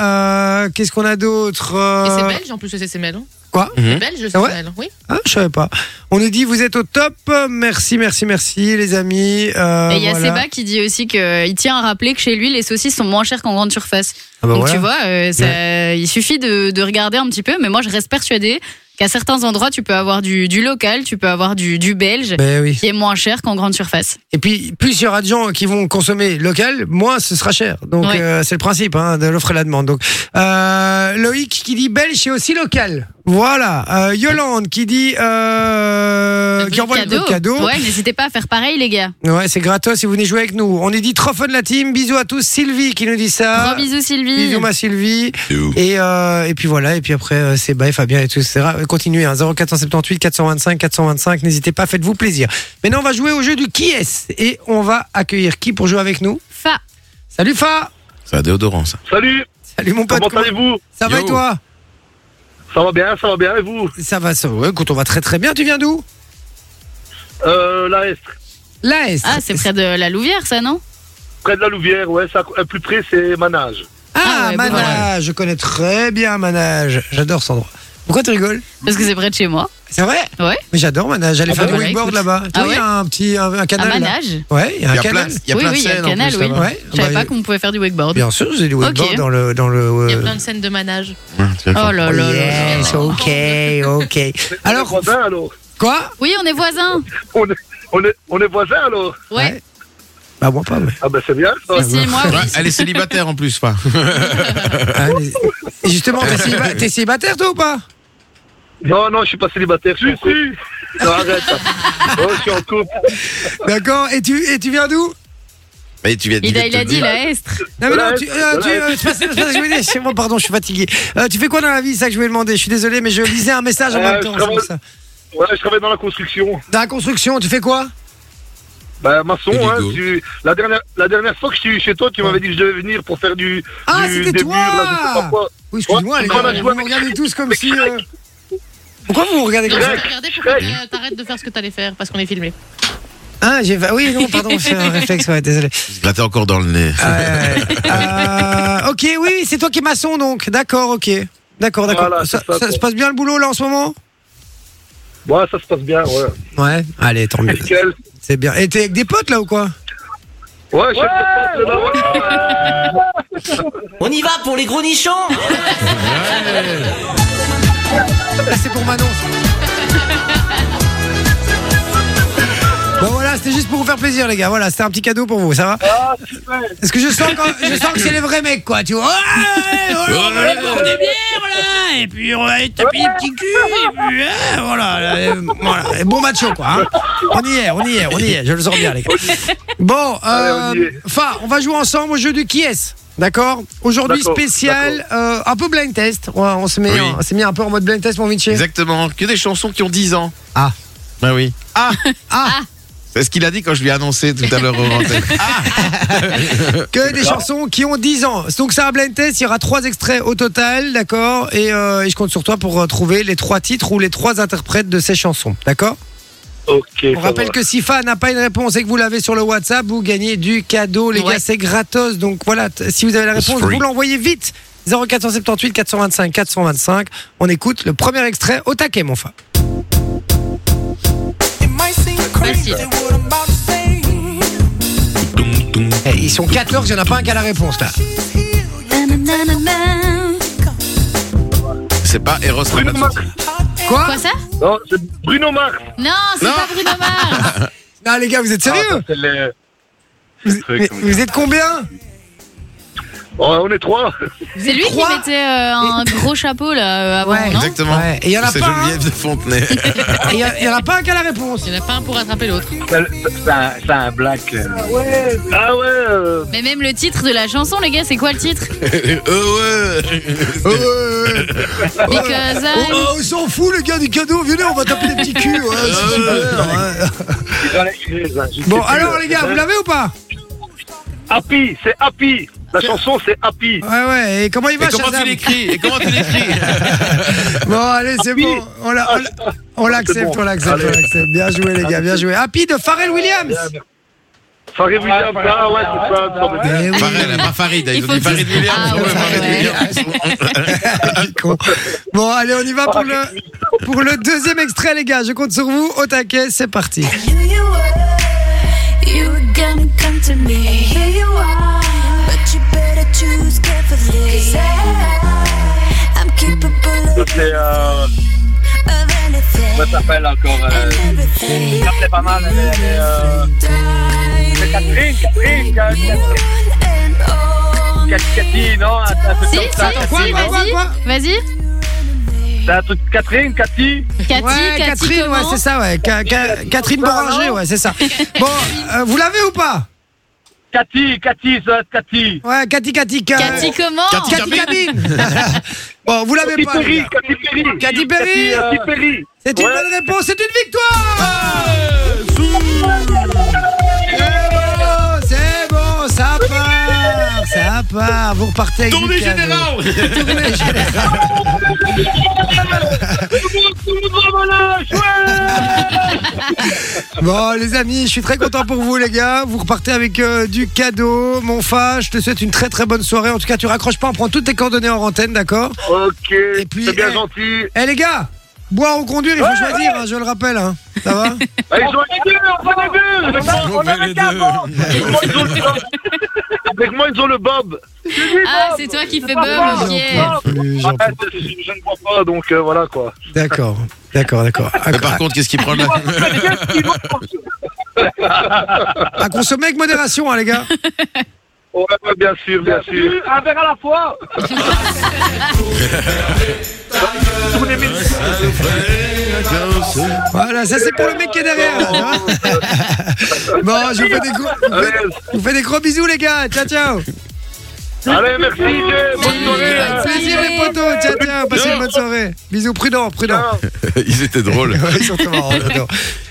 [SPEAKER 1] Euh, Qu'est-ce qu'on a d'autre
[SPEAKER 4] Et c'est
[SPEAKER 1] Euh,
[SPEAKER 4] belge en plus le CCML. hein.
[SPEAKER 1] Quoi
[SPEAKER 4] C'est
[SPEAKER 2] Mhm.
[SPEAKER 4] belge le
[SPEAKER 1] Ah ouais
[SPEAKER 4] CCML, oui.
[SPEAKER 1] ah, Je savais pas. On nous dit, vous êtes au top. Merci, merci, merci, les amis. Euh,
[SPEAKER 3] et il y a
[SPEAKER 1] voilà.
[SPEAKER 3] Seba qui dit aussi qu'il tient à rappeler que chez lui, les saucisses sont moins chères qu'en grande surface.
[SPEAKER 1] Ah bah
[SPEAKER 3] Donc
[SPEAKER 1] voilà.
[SPEAKER 3] tu vois, euh, ça- il suffit de, de regarder un petit peu, mais moi je reste persuadée qu'à certains endroits, tu peux avoir du, du local, tu peux avoir du, du belge,
[SPEAKER 1] Ben oui.
[SPEAKER 3] qui est moins cher qu'en grande surface.
[SPEAKER 1] Et puis, plus il y aura de gens qui vont consommer local, moins ce sera cher. Donc,
[SPEAKER 3] Ouais.
[SPEAKER 1] euh, c'est le principe hein, de l'offre et la demande. Donc, euh, Loïc qui dit belge et aussi local. Voilà. Euh, Yolande qui dit euh, qui envoie le cadeau.
[SPEAKER 3] Ouais, n'hésitez pas à faire pareil, les gars.
[SPEAKER 1] Ouais, c'est gratos si vous venez jouer avec nous. On est dit trop fun la team. Bisous à tous. Sylvie qui nous dit ça.
[SPEAKER 3] Gros bisous, Sylvie.
[SPEAKER 1] Ah, Bisous ma Sylvie.
[SPEAKER 2] Bisous.
[SPEAKER 1] Et, euh, et puis voilà, et puis après euh, c'est Baï, Fabien et tout, etc. Euh, Continuez, hein, 0478 425 425, n'hésitez pas, faites-vous plaisir. Maintenant on va jouer au jeu du qui est et on va accueillir qui pour jouer avec nous
[SPEAKER 3] Fa.
[SPEAKER 1] Salut Fa
[SPEAKER 2] C'est un déodorant, ça.
[SPEAKER 9] Salut,
[SPEAKER 1] Salut mon pote,
[SPEAKER 9] comment
[SPEAKER 1] comment-
[SPEAKER 9] allez-vous
[SPEAKER 1] ça va
[SPEAKER 2] Yo.
[SPEAKER 1] et toi
[SPEAKER 9] Ça va bien, ça va bien, et vous
[SPEAKER 1] Ça va, ça va, ouais, écoute on va très très bien, tu viens d'où
[SPEAKER 9] euh, La Estre,
[SPEAKER 1] La Est.
[SPEAKER 3] Ah, c'est près de la Louvière, ça, non
[SPEAKER 9] près de la Louvière, ouais, ça, euh, plus près, c'est Manage.
[SPEAKER 1] Ah,
[SPEAKER 3] Ah ouais,
[SPEAKER 1] Manage,
[SPEAKER 3] voilà.
[SPEAKER 1] je connais très bien Manage, j'adore cet endroit. Pourquoi tu rigoles
[SPEAKER 3] Parce que c'est près de chez moi.
[SPEAKER 1] C'est vrai
[SPEAKER 3] Ouais.
[SPEAKER 1] Mais j'adore Manage, j'allais
[SPEAKER 3] Ah
[SPEAKER 1] faire
[SPEAKER 3] bah
[SPEAKER 1] du
[SPEAKER 3] voilà,
[SPEAKER 1] wakeboard
[SPEAKER 3] écoute.
[SPEAKER 1] là-bas.
[SPEAKER 3] Ah
[SPEAKER 1] Toi, il y a un petit un, un canal
[SPEAKER 3] à
[SPEAKER 1] là.
[SPEAKER 3] Manage.
[SPEAKER 1] Ouais, il y a un
[SPEAKER 2] Il y a
[SPEAKER 1] canal.
[SPEAKER 2] plein, il y a
[SPEAKER 3] Oui,
[SPEAKER 2] plein
[SPEAKER 3] oui,
[SPEAKER 2] de
[SPEAKER 3] il y a
[SPEAKER 2] scènes
[SPEAKER 3] le canal,
[SPEAKER 2] en plus,
[SPEAKER 3] oui.
[SPEAKER 2] là-bas.
[SPEAKER 1] Ouais,
[SPEAKER 3] Je savais
[SPEAKER 1] bah,
[SPEAKER 3] pas qu'on pouvait faire du wakeboard.
[SPEAKER 1] Bien sûr, j'ai du wakeboard
[SPEAKER 3] Ok.
[SPEAKER 1] dans le dans le.
[SPEAKER 4] Il y a
[SPEAKER 1] euh,
[SPEAKER 4] plein de scènes de manage.
[SPEAKER 2] Ouais, tiens,
[SPEAKER 3] Oh là là là. là.
[SPEAKER 1] Yes, ok, ok.
[SPEAKER 9] On est
[SPEAKER 1] Alors
[SPEAKER 9] voisins, alors
[SPEAKER 1] quoi
[SPEAKER 3] Oui, on est voisins.
[SPEAKER 9] on est, on, est, on est voisins, alors
[SPEAKER 3] Ouais.
[SPEAKER 1] Bah moi pas. Mais...
[SPEAKER 9] Ah ben, c'est bien, ça.
[SPEAKER 3] Si, si, moi, oui.
[SPEAKER 2] Ouais, elle est célibataire en plus, pas.
[SPEAKER 1] Ah, mais- Justement, t'es céliba- t'es célibataire toi ou pas
[SPEAKER 9] Non, non, je suis pas célibataire, je suis en couple. Non, arrête, ça. Oh, je suis en couple.
[SPEAKER 1] D'accord. Et tu et tu viens d'où
[SPEAKER 2] Mais tu viens de
[SPEAKER 3] Il a,
[SPEAKER 2] te
[SPEAKER 3] il a
[SPEAKER 2] le
[SPEAKER 3] dit
[SPEAKER 2] dire.
[SPEAKER 3] la Estre.
[SPEAKER 1] Non mais non,
[SPEAKER 9] Voilà,
[SPEAKER 1] tu, euh, tu, euh, c'est pas- c'est pas ça que je voulais dire. Moi, pardon, je suis fatigué. Euh, tu fais quoi dans la vie C'est ça que je voulais demander. Je suis désolé, mais je lisais un message en
[SPEAKER 9] Euh,
[SPEAKER 1] même
[SPEAKER 9] je
[SPEAKER 1] temps. c'est
[SPEAKER 9] travaille-
[SPEAKER 1] pour ça.
[SPEAKER 9] Ouais, je travaille dans la construction.
[SPEAKER 1] Dans la construction, tu fais quoi
[SPEAKER 9] Ben, maçon,
[SPEAKER 2] Et du
[SPEAKER 9] hein,
[SPEAKER 2] go.
[SPEAKER 9] tu- la, dernière, la dernière fois que je suis chez toi, tu m'avais dit que je devais venir pour faire du,
[SPEAKER 1] Ah,
[SPEAKER 9] du
[SPEAKER 1] c'était
[SPEAKER 9] début,
[SPEAKER 1] toi
[SPEAKER 9] là, je sais pas quoi.
[SPEAKER 1] Oui, Oh, excuse-moi.
[SPEAKER 9] Ouais,
[SPEAKER 1] les
[SPEAKER 9] on
[SPEAKER 1] gars,
[SPEAKER 9] a
[SPEAKER 1] vous
[SPEAKER 9] joué
[SPEAKER 1] me
[SPEAKER 9] avec-
[SPEAKER 1] regardez tous comme si. euh, Pourquoi vous me regardez
[SPEAKER 4] Non,
[SPEAKER 1] comme
[SPEAKER 4] je
[SPEAKER 1] ça
[SPEAKER 4] vais regarder pour que
[SPEAKER 9] Shrek.
[SPEAKER 4] t'arrêtes de faire ce que t'allais faire parce qu'on est filmé.
[SPEAKER 1] Ah, j'ai. Oui, non, pardon, c'est un réflexe, ouais, désolé.
[SPEAKER 2] se gratter encore dans le nez.
[SPEAKER 1] Ouais. Euh, ok, oui, c'est toi qui es maçon donc. D'accord, ok. D'accord, d'accord.
[SPEAKER 9] Voilà,
[SPEAKER 1] ça,
[SPEAKER 9] c'est ça,
[SPEAKER 1] ça
[SPEAKER 9] quoi.
[SPEAKER 1] se passe bien le boulot là en ce moment
[SPEAKER 9] Ouais, ça se passe bien, ouais.
[SPEAKER 1] Ouais, allez, tant mieux.
[SPEAKER 9] Nickel.
[SPEAKER 1] C'est bien. Et t'es avec des potes là ou quoi
[SPEAKER 9] Ouais, je suis content de la voir.
[SPEAKER 10] On y va pour les gros nichons
[SPEAKER 1] Là, Bah, c'est pour Manon. Bon Bah, voilà, c'était juste pour vous faire plaisir les gars. Voilà, c'était un petit cadeau pour vous, ça va
[SPEAKER 9] Ah, super.
[SPEAKER 1] Parce que je sens, quand- je sens que c'est les vrais mecs quoi, tu vois. Ouais, voilà, on va aller boire des bières, voilà. Et puis on va aller taper des petits culs. Et puis, hein, voilà, là, euh, voilà. Et bon macho quoi. hein. On y est, on y est, on y est. Je le sens bien les gars. Bon, euh,
[SPEAKER 9] Allez, on y est.
[SPEAKER 1] enfin, on va jouer ensemble au jeu du qui est. D'accord. Aujourd'hui
[SPEAKER 9] D'accord,
[SPEAKER 1] spécial, euh, un peu blind test. Ouais, on se met,
[SPEAKER 2] Oui.
[SPEAKER 1] on s'est Ah, mis un peu en mode blind test, mon Vinci.
[SPEAKER 2] Exactement. Que des chansons qui ont 10 ans.
[SPEAKER 1] Ah.
[SPEAKER 2] Bah oui.
[SPEAKER 1] Ah, ah.
[SPEAKER 2] C'est ce qu'il a dit quand je lui ai annoncé tout à l'heure au antenne.
[SPEAKER 1] que des chansons qui ont 10 ans. Donc c'est un blind test, il y aura trois extraits au total, d'accord et, euh, et je compte sur toi pour euh, trouver les trois titres ou les trois interprètes de ces chansons, d'accord
[SPEAKER 9] Ok.
[SPEAKER 1] On rappelle que si Fa n'a pas une réponse et que vous l'avez sur le WhatsApp, vous gagnez du cadeau, les
[SPEAKER 3] Ouais.
[SPEAKER 1] gars, c'est gratos. Donc voilà, t- si vous avez la
[SPEAKER 2] It's
[SPEAKER 1] réponse,
[SPEAKER 2] free.
[SPEAKER 1] vous l'envoyez vite. 0478 425 425. On écoute le premier extrait au taquet, mon Fa.
[SPEAKER 3] Facile.
[SPEAKER 1] Eh, ils sont 14, il n'y en a pas un qui a la réponse là.
[SPEAKER 2] C'est pas Eros
[SPEAKER 9] Bruno Mars.
[SPEAKER 2] Ramazzotti.
[SPEAKER 1] Quoi
[SPEAKER 3] Quoi ça
[SPEAKER 9] Non, c'est Bruno Mars.
[SPEAKER 3] Non, c'est
[SPEAKER 2] Non.
[SPEAKER 3] pas Bruno Mars.
[SPEAKER 1] Non, les gars, vous êtes
[SPEAKER 9] Ah,
[SPEAKER 1] sérieux
[SPEAKER 9] ça, c'est les-
[SPEAKER 1] Mais vous êtes combien
[SPEAKER 9] Oh, on est trois.
[SPEAKER 3] C'est lui
[SPEAKER 1] Trois.
[SPEAKER 3] qui mettait euh, un gros chapeau là euh, avant,
[SPEAKER 1] Ouais.
[SPEAKER 3] non
[SPEAKER 2] Exactement.
[SPEAKER 1] Ouais, et il y en a
[SPEAKER 2] C'est
[SPEAKER 1] pas un.
[SPEAKER 2] Geneviève de Fontenay.
[SPEAKER 1] Il n'y en a pas un qui a la réponse.
[SPEAKER 4] Il n'y en a pas un pour rattraper l'autre.
[SPEAKER 7] C'est un, c'est un black. euh,
[SPEAKER 9] Ah ouais. euh,
[SPEAKER 3] Mais même le titre de la chanson, les gars, c'est quoi le titre
[SPEAKER 2] Heureux.
[SPEAKER 3] Because
[SPEAKER 1] Oh,
[SPEAKER 3] I...
[SPEAKER 1] oh, on s'en fout, les gars, du cadeau. Venez, on va taper des petits culs. ouais, c'est super, ouais.
[SPEAKER 9] dans les crises, hein, je sais
[SPEAKER 1] Bon,
[SPEAKER 9] plus,
[SPEAKER 1] alors,
[SPEAKER 9] euh,
[SPEAKER 1] les gars, vous l'avez ou pas
[SPEAKER 9] Happy, c'est Happy. La chanson, c'est Happy.
[SPEAKER 1] Ouais, ouais. Et comment il
[SPEAKER 2] Et
[SPEAKER 1] va,
[SPEAKER 2] comment tu
[SPEAKER 1] Shazam
[SPEAKER 2] l'écris Et comment tu l'écris
[SPEAKER 1] Bon, allez, c'est
[SPEAKER 9] Happy. Ah,
[SPEAKER 1] bon. On l'a- on l'a- on l'accepte,
[SPEAKER 9] c'est bon.
[SPEAKER 1] on l'accepte, on
[SPEAKER 9] Allez.
[SPEAKER 1] l'accepte. Bien joué, les gars, bien joué. Happy de Pharrell Williams.
[SPEAKER 9] Faré Ah, Williams, ah ouais, c'est ça. ça me dit.
[SPEAKER 1] Eh oui,
[SPEAKER 2] Farrell, pas Farid.
[SPEAKER 3] Il
[SPEAKER 2] Ils ont
[SPEAKER 3] faut
[SPEAKER 2] dit
[SPEAKER 3] que-
[SPEAKER 2] Farid Williams.
[SPEAKER 3] Ah,
[SPEAKER 2] Ouais, Ah,
[SPEAKER 3] ouais,
[SPEAKER 2] Farid
[SPEAKER 3] ouais.
[SPEAKER 2] Williams.
[SPEAKER 1] quel con. Bon, allez, on y
[SPEAKER 9] Ah,
[SPEAKER 1] va pour le, pour le deuxième extrait, les gars. Je compte sur vous. Au taquet, c'est parti.
[SPEAKER 9] Ça, c'est. Euh... Comment ça s'appelle encore euh... Ça, c'est pas mal. euh, euh, C'est Catherine, Catherine, Catherine. Cathy, non un- un truc
[SPEAKER 3] Si, si,
[SPEAKER 9] comme ça.
[SPEAKER 1] quoi,
[SPEAKER 3] si,
[SPEAKER 1] quoi,
[SPEAKER 3] vas-y,
[SPEAKER 1] quoi
[SPEAKER 3] vas-y.
[SPEAKER 9] C'est un truc Catherine, Cathy.
[SPEAKER 3] Cathy,
[SPEAKER 1] Ouais,
[SPEAKER 3] Cathy,
[SPEAKER 1] Catherine, ouais,
[SPEAKER 3] comment
[SPEAKER 1] c'est ça, ouais. Ca- ca- Catherine Boranger, ouais, c'est ça. Bon, euh, vous l'avez ou pas
[SPEAKER 9] Cathy, Cathy, ça, Cathy.
[SPEAKER 1] Ouais, Cathy, Cathy, Ca-
[SPEAKER 3] Cathy comment
[SPEAKER 2] Cathy
[SPEAKER 1] Cathy Cabine. bon, vous l'avez
[SPEAKER 9] Cathy
[SPEAKER 1] pas. les
[SPEAKER 9] Perry,
[SPEAKER 1] gars. bah, Cathy
[SPEAKER 9] Cathy Perry.
[SPEAKER 1] Perry.
[SPEAKER 9] Cathy euh, Perry.
[SPEAKER 1] C'est une
[SPEAKER 9] Ouais.
[SPEAKER 1] bonne réponse, c'est une victoire. C'est bon, c'est bon, ça part, ça part. Vous repartez avec
[SPEAKER 2] Tournez
[SPEAKER 1] du cadeau.
[SPEAKER 2] général
[SPEAKER 1] Tournée générale. Bon, les amis, je suis très content pour vous, les gars. Vous repartez avec euh, du cadeau. Mon fa, je te souhaite une très très bonne soirée. En tout cas, tu raccroches pas, on prend toutes tes coordonnées en antenne, d'accord
[SPEAKER 9] Ok,
[SPEAKER 1] puis,
[SPEAKER 9] c'est bien
[SPEAKER 1] eh,
[SPEAKER 9] gentil.
[SPEAKER 1] Eh les gars, boire ou conduire, il faut choisir, hein, je le rappelle. hein. Ça va
[SPEAKER 9] Ah, Ils ont les deux, on fait les deux. Avec moi,
[SPEAKER 2] On fait les deux.
[SPEAKER 9] moi, ils ont le Bob. Avec moi, ils ont le Bob.
[SPEAKER 3] Ah, c'est toi qui fais Bob,
[SPEAKER 9] Papa.
[SPEAKER 3] ok.
[SPEAKER 1] J'en peux plus, j'en
[SPEAKER 9] Ah,
[SPEAKER 1] peux-
[SPEAKER 9] je, je ne vois pas, donc euh, voilà quoi.
[SPEAKER 1] D'accord, d'accord, d'accord. À,
[SPEAKER 2] Mais par contre, qu'est-ce qu'il prend là
[SPEAKER 1] à consommer avec modération, hein, les gars.
[SPEAKER 9] Ouais, ouais, bien sûr, bien sûr. Un verre à la fois.
[SPEAKER 1] Voilà, ça c'est pour le mec qui est derrière. là, ça va bon, je vous fais, des gros, je vous
[SPEAKER 9] Allez,
[SPEAKER 1] fais- je vous fais des gros bisous, les gars. Ciao, ciao.
[SPEAKER 9] allez merci. Jay. Bonne soirée.
[SPEAKER 1] Avec plaisir, les potos. Ciao, ciao. Passez une bonne soirée. Bisous, prudent, prudent.
[SPEAKER 9] Ciao.
[SPEAKER 2] Ils étaient drôles.
[SPEAKER 1] Ouais, ils sont trop marrants, j'adore.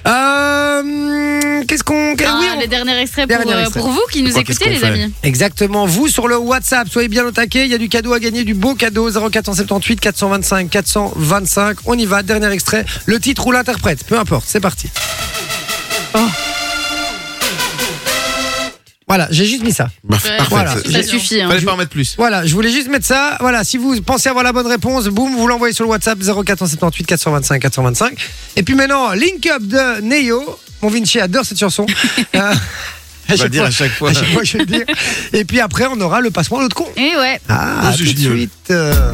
[SPEAKER 1] Euh, Qu'est-ce qu'on. qu'est-
[SPEAKER 3] Ah,
[SPEAKER 1] oui, on-
[SPEAKER 3] le dernier extrait pour,
[SPEAKER 1] Dernier
[SPEAKER 3] euh,
[SPEAKER 1] extrait. Oh,
[SPEAKER 3] pour vous qui nous
[SPEAKER 2] Quoi, qu'est-ce
[SPEAKER 3] écoutez,
[SPEAKER 2] qu'on
[SPEAKER 3] les
[SPEAKER 2] fait
[SPEAKER 3] amis.
[SPEAKER 1] Exactement, vous sur le WhatsApp, soyez bien au taquet, il y a du cadeau à gagner, du beau cadeau 0478 425 425. On y va, dernier extrait, le titre ou l'interprète, peu importe, c'est parti. Oh. Voilà, j'ai juste mis ça.
[SPEAKER 2] Bah,
[SPEAKER 4] Ouais.
[SPEAKER 2] parfait.
[SPEAKER 1] Voilà.
[SPEAKER 2] Ça-
[SPEAKER 3] Ça suffit. hein.
[SPEAKER 2] Fallait pas en mettre plus.
[SPEAKER 1] Voilà, je voulais juste mettre ça. Voilà, si vous pensez avoir la bonne réponse, boum, vous l'envoyez sur le WhatsApp 0478 425 425. Et puis maintenant, Link Up de Neo. Mon Vinci adore cette chanson. Euh, à
[SPEAKER 2] Je vais
[SPEAKER 1] chaque
[SPEAKER 2] dire
[SPEAKER 1] fois-
[SPEAKER 2] à chaque fois.
[SPEAKER 1] à chaque fois, je vais le dire. Et puis après, on aura le passement à l'autre con.
[SPEAKER 3] Et Eh ouais.
[SPEAKER 1] Ah, à
[SPEAKER 2] Oh, c'est
[SPEAKER 1] tout de
[SPEAKER 2] génial.
[SPEAKER 1] suite. euh.